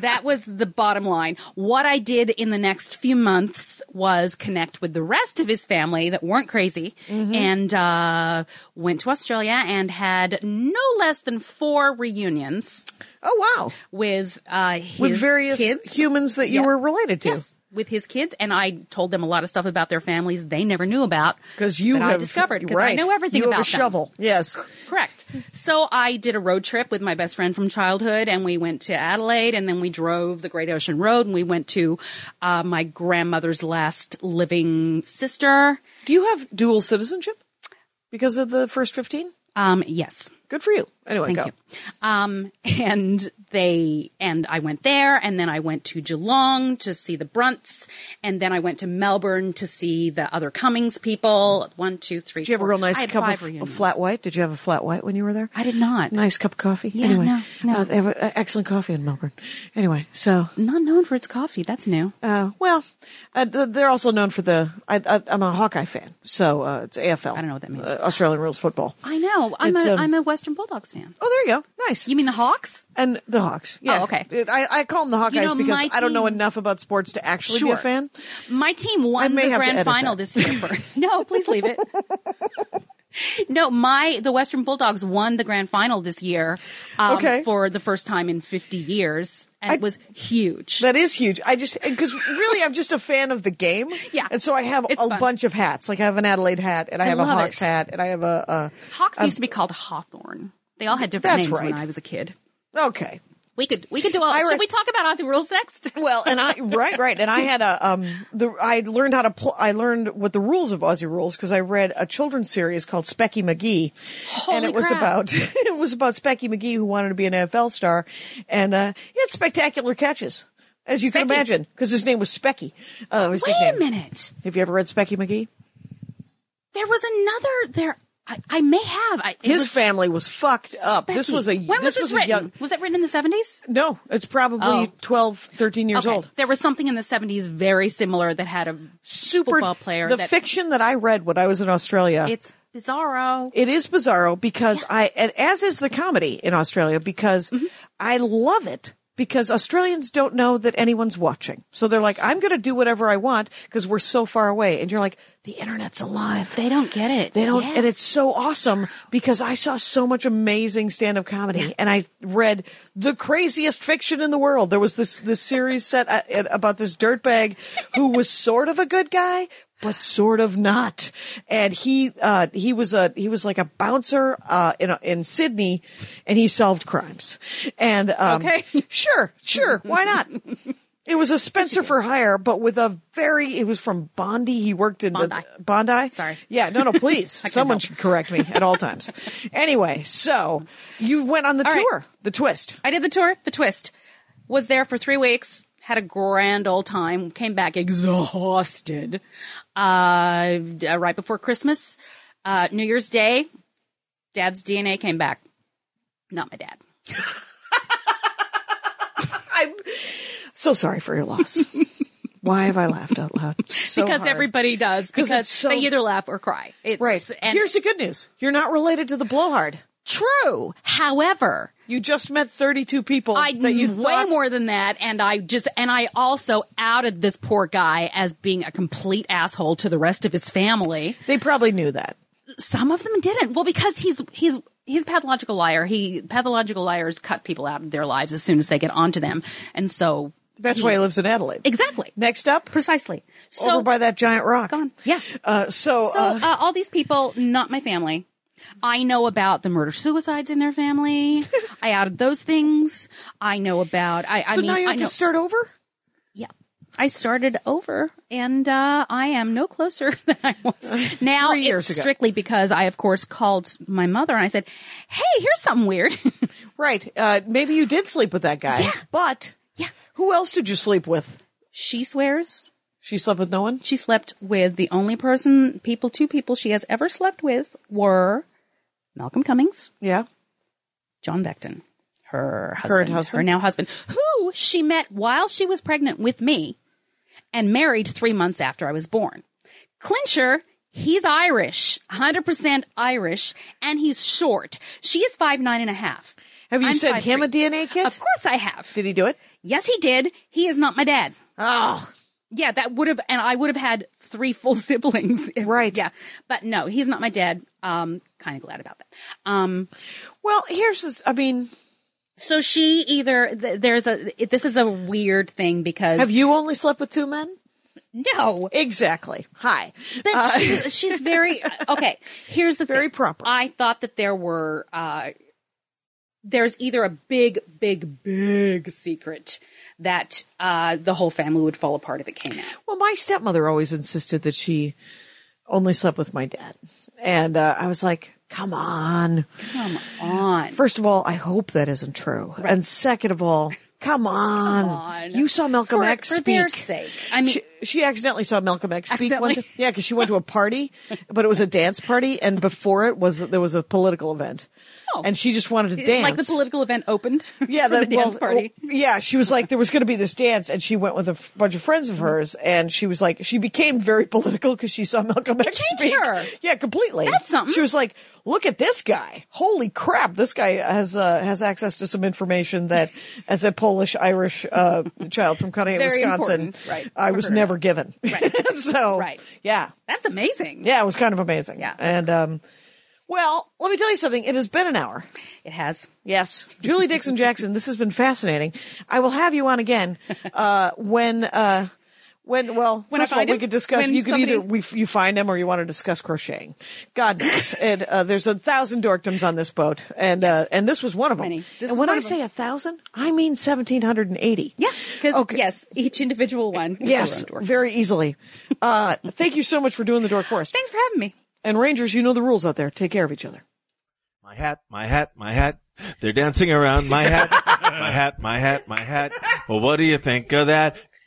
Speaker 4: that was the bottom line. What I did in the next few months was connect with the rest of his family that weren't crazy
Speaker 3: Mm-hmm.
Speaker 4: and uh, went to Australia and had no less than four reunions.
Speaker 3: Oh, wow.
Speaker 4: with uh, his
Speaker 3: With various
Speaker 4: kids.
Speaker 3: humans that you
Speaker 4: Yeah.
Speaker 3: were related to.
Speaker 4: Yes, with his kids, and I told them a lot of stuff about their families they never knew about
Speaker 3: 'Cause you
Speaker 4: that I
Speaker 3: have
Speaker 4: discovered because
Speaker 3: right.
Speaker 4: I know everything
Speaker 3: you
Speaker 4: about
Speaker 3: have a
Speaker 4: them.
Speaker 3: shovel. Yes.
Speaker 4: Correct. So I did a road trip with my best friend from childhood, and we went to Adelaide, and then we drove the Great Ocean Road, and we went to uh, my grandmother's last living sister.
Speaker 3: Do you have dual citizenship because of the first 15?
Speaker 4: Um, yes.
Speaker 3: Good for you. Anyway, go.
Speaker 4: Thank you. Um, and they and I went there, and then I went to Geelong to see the Brunts, and then I went to Melbourne to see the other Cummings people. One, two, three.
Speaker 3: Did you have a real nice
Speaker 4: I had
Speaker 3: cup
Speaker 4: five
Speaker 3: of, of
Speaker 4: reunions.
Speaker 3: flat white? Did you have a flat white when you were there?
Speaker 4: I did not.
Speaker 3: Nice cup of coffee. anyway,
Speaker 4: no, no.
Speaker 3: Uh, they have uh, excellent coffee in Melbourne. Anyway, so
Speaker 4: Not known for its coffee. That's new.
Speaker 3: uh, well, uh, th- they're also known for the. I, I, I'm a Hawkeye fan, so uh, it's AFL. I
Speaker 4: don't know what that means.
Speaker 3: Uh, Australian rules football.
Speaker 4: I know. I'm
Speaker 3: It's,
Speaker 4: a
Speaker 3: um,
Speaker 4: am a Western Bulldogs fan.
Speaker 3: Oh, there you go. Nice.
Speaker 4: You mean the Hawks?
Speaker 3: and the Hawks. Yeah.
Speaker 4: Oh, okay.
Speaker 3: It- I, I call them the Hawkeyes
Speaker 4: You know,
Speaker 3: because
Speaker 4: my
Speaker 3: I don't know
Speaker 4: team-
Speaker 3: enough about sports to actually be
Speaker 4: Sure.
Speaker 3: a fan.
Speaker 4: My team won
Speaker 3: may
Speaker 4: the
Speaker 3: have to
Speaker 4: grand
Speaker 3: edit
Speaker 4: final
Speaker 3: that.
Speaker 4: this
Speaker 3: <laughs>
Speaker 4: year. For, no, please leave it. No, my the Western Bulldogs won the grand final this year um,
Speaker 3: Okay.
Speaker 4: for the first time in 50 years, and it was huge.
Speaker 3: That is huge. I just because really I'm just a fan of the <laughs> game.
Speaker 4: Yeah.
Speaker 3: and so I have
Speaker 4: It's
Speaker 3: a
Speaker 4: fun.
Speaker 3: bunch of hats. Like I have an Adelaide hat, and I, have a
Speaker 4: love
Speaker 3: Hawks
Speaker 4: it.
Speaker 3: hat, and I have a.
Speaker 4: Hawks used to be called Hawthorn. They all had different
Speaker 3: um, That's
Speaker 4: names when
Speaker 3: right.
Speaker 4: I was a kid.
Speaker 3: Uh, okay.
Speaker 4: We could we could do. A,
Speaker 3: Ira-
Speaker 4: should we talk about Aussie rules <laughs> next?
Speaker 3: Well, and <laughs> I right, right, and I had a um the I learned how to pl- I learned what the rules of Aussie rules because I read a children's series called Specky McGee, and
Speaker 4: Holy
Speaker 3: it was
Speaker 4: crap.
Speaker 3: about <laughs> it was about Specky McGee who wanted to be an NFL star, and uh, he had spectacular catches. as you can
Speaker 4: Specky.
Speaker 3: imagine, because his name was Specky. Uh, his
Speaker 4: Wait
Speaker 3: nickname.
Speaker 4: a minute.
Speaker 3: Have you ever read Specky McGee?
Speaker 4: There was another there. I, I may have. I, it
Speaker 3: His
Speaker 4: was
Speaker 3: family was fucked up. This
Speaker 4: Becky.
Speaker 3: was a
Speaker 4: When was
Speaker 3: this
Speaker 4: this
Speaker 3: was a
Speaker 4: written?
Speaker 3: young
Speaker 4: was that written in the seventies?
Speaker 3: no. It's probably
Speaker 4: Oh.
Speaker 3: 12, 13 years
Speaker 4: okay.
Speaker 3: old.
Speaker 4: There was something in the seventies very similar that had a
Speaker 3: Super
Speaker 4: football player.
Speaker 3: The
Speaker 4: that,
Speaker 3: fiction that I read when I was in Australia.
Speaker 4: It's bizarro.
Speaker 3: It is bizarro because I, and as is the comedy in Australia, because
Speaker 4: Mm-hmm.
Speaker 3: I love it because Australians don't know that anyone's watching. So they're like, I'm going to do whatever I want because we're so far away. And you're like, the internet's alive.
Speaker 4: they don't get it.
Speaker 3: They don't,
Speaker 4: Yes.
Speaker 3: and it's so awesome because I saw so much amazing stand-up comedy, and I read the craziest fiction in the world. There was this this series set uh, uh, about this dirtbag who was sort of a good guy, but sort of not. And he uh, he was a he was like a bouncer uh, in a, in Sydney, and he solved crimes. And um,
Speaker 4: Okay.
Speaker 3: <laughs> sure, sure, why not? It was a Spencer for hire, but with a very. It was from Bondi. He worked in
Speaker 4: Bondi.
Speaker 3: the Bondi.
Speaker 4: Sorry.
Speaker 3: Yeah, no, no, <laughs> please. Someone
Speaker 4: help.
Speaker 3: should correct me at all times. anyway, so you went on the
Speaker 4: All right.
Speaker 3: tour, the twist.
Speaker 4: I did the tour, the twist. Was there for three weeks, had a grand old time, came back exhausted. Uh, d- uh, right before Christmas, uh, New Year's Day, dad's DNA came back. Not my dad.
Speaker 3: I'm so sorry for your <laughs> loss. Why have I laughed out loud? So
Speaker 4: Because
Speaker 3: hard.
Speaker 4: everybody does. Because
Speaker 3: it's so-
Speaker 4: they either laugh or cry. It's,
Speaker 3: Right.
Speaker 4: And
Speaker 3: Here's the good news. You're not related to the blowhard.
Speaker 4: true. However,
Speaker 3: You just met 32 people
Speaker 4: I
Speaker 3: that you
Speaker 4: knew way
Speaker 3: thought-
Speaker 4: more than that, and I just and I also outed this poor guy as being a complete asshole to the rest of his family.
Speaker 3: They probably knew that.
Speaker 4: some of them didn't. Well, because he's he's he's a pathological liar. He pathological liars cut people out of their lives as soon as they get onto them, and so
Speaker 3: That's why he lives in Adelaide.
Speaker 4: exactly
Speaker 3: Next up,
Speaker 4: precisely. So
Speaker 3: over by that giant rock.
Speaker 4: gone. Yeah.
Speaker 3: Uh, so,
Speaker 4: So
Speaker 3: uh,
Speaker 4: uh, all these people, not my family. I know about the murder suicides in their <laughs> family. I outed those things. I know about. I, I
Speaker 3: so
Speaker 4: mean,
Speaker 3: now you
Speaker 4: I
Speaker 3: have
Speaker 4: know-
Speaker 3: to start over.
Speaker 4: Yeah. I started over and uh, I am no closer <laughs> than I was. Now
Speaker 3: Three years
Speaker 4: it's
Speaker 3: ago.
Speaker 4: strictly because I, of course, called my mother and I said, hey, here's something weird. <laughs>
Speaker 3: Right. Uh, maybe you did sleep with that guy, but
Speaker 4: Yeah.
Speaker 3: Who else did you sleep with?
Speaker 4: she swears
Speaker 3: She slept with no one.
Speaker 4: she slept with the only person, people, two people she has ever slept with were Malcolm Cummings,
Speaker 3: Yeah.
Speaker 4: John Beckton, her husband,
Speaker 3: Current husband?
Speaker 4: her now husband, who she met while she was pregnant with me and married three months after I was born. Clincher, he's Irish, 100% Irish, and he's short. She is five nine and a half.
Speaker 3: Have you
Speaker 4: I'm
Speaker 3: sent
Speaker 4: five
Speaker 3: him a
Speaker 4: three.
Speaker 3: DNA kit?
Speaker 4: Of course I have.
Speaker 3: Did he do it?
Speaker 4: Yes, he did. He is not my dad.
Speaker 3: Oh,
Speaker 4: Yeah, that would have, and I would have had three full <laughs> siblings. if-
Speaker 3: Right.
Speaker 4: Yeah. But no, he's not my dad. Um, kind of glad about that. Um,
Speaker 3: well, here's this. I mean,
Speaker 4: so she either, th- there's a, it- this is a weird thing because.
Speaker 3: have you only slept with two men?
Speaker 4: No.
Speaker 3: Exactly. Hi.
Speaker 4: But she,
Speaker 3: <laughs>
Speaker 4: she's very, okay, here's the
Speaker 3: Uh, Very
Speaker 4: thing.
Speaker 3: proper.
Speaker 4: I thought that there were, uh, there's either a big, big, big secret that, uh, the whole family would fall apart if it came out.
Speaker 3: Well, my stepmother always insisted that she only slept with my dad, and uh, I was like, "Come on."
Speaker 4: Come on.
Speaker 3: First of all, I hope that isn't true, and second of all. Come on.
Speaker 4: on.
Speaker 3: You saw Malcolm
Speaker 4: for,
Speaker 3: X
Speaker 4: for
Speaker 3: speak.
Speaker 4: their sake. I mean,
Speaker 3: she, she accidentally saw Malcolm X speak one
Speaker 4: Accidentally.
Speaker 3: time. Yeah, because she went to a party, but it was a dance party, and before it was there was a political event,
Speaker 4: Oh.
Speaker 3: and she just wanted to
Speaker 4: It's
Speaker 3: dance.
Speaker 4: Like the political event opened. <laughs>
Speaker 3: yeah,
Speaker 4: for the,
Speaker 3: well,
Speaker 4: dance party.
Speaker 3: well, yeah, she was like there was going to be this dance, and she went with a f- bunch of friends of hers, and she was like she became very <laughs> political because she saw Malcolm X
Speaker 4: changed
Speaker 3: speak.
Speaker 4: her.
Speaker 3: Yeah, completely.
Speaker 4: That's something.
Speaker 3: She was like, look at this guy. Holy crap, this guy has uh, has access to some information that, <laughs> as a Polish Irish uh, child from Connecticut,
Speaker 4: Very
Speaker 3: Wisconsin,
Speaker 4: important, right,
Speaker 3: I
Speaker 4: for
Speaker 3: was
Speaker 4: her.
Speaker 3: never given.
Speaker 4: Right.
Speaker 3: <laughs> so
Speaker 4: Right.
Speaker 3: yeah,
Speaker 4: That's amazing.
Speaker 3: yeah, it was kind of amazing.
Speaker 4: Yeah, that's
Speaker 3: and um, well, let me tell you something. It has been an hour.
Speaker 4: It has.
Speaker 3: Yes, Julie Dixon Jackson. This has been fascinating. I will have you on again uh, when uh, when well
Speaker 4: When I
Speaker 3: first of all
Speaker 4: find
Speaker 3: we
Speaker 4: him?
Speaker 3: could discuss.
Speaker 4: When
Speaker 3: you could either
Speaker 4: somebody-
Speaker 3: we you find him or you want to discuss crocheting. God knows. and uh, there's a thousand dorkdoms on this boat, and uh, and this was one of them.
Speaker 4: Many. This
Speaker 3: and
Speaker 4: is
Speaker 3: when
Speaker 4: one
Speaker 3: I
Speaker 4: of 'em.
Speaker 3: say a thousand, I mean seventeen hundred and eighty.
Speaker 4: Yeah. Because
Speaker 3: Okay.
Speaker 4: yes, each individual one. is
Speaker 3: Yes,
Speaker 4: their own dwarf.
Speaker 3: very easily. Uh, thank you so much for doing the Dork Forest.
Speaker 4: Thanks for having me.
Speaker 3: And Rangers, you know the rules out there. Take care of each other.
Speaker 5: My hat, my hat, my hat. They're dancing around my hat. my hat, my hat, my hat. Well, what do you think of that?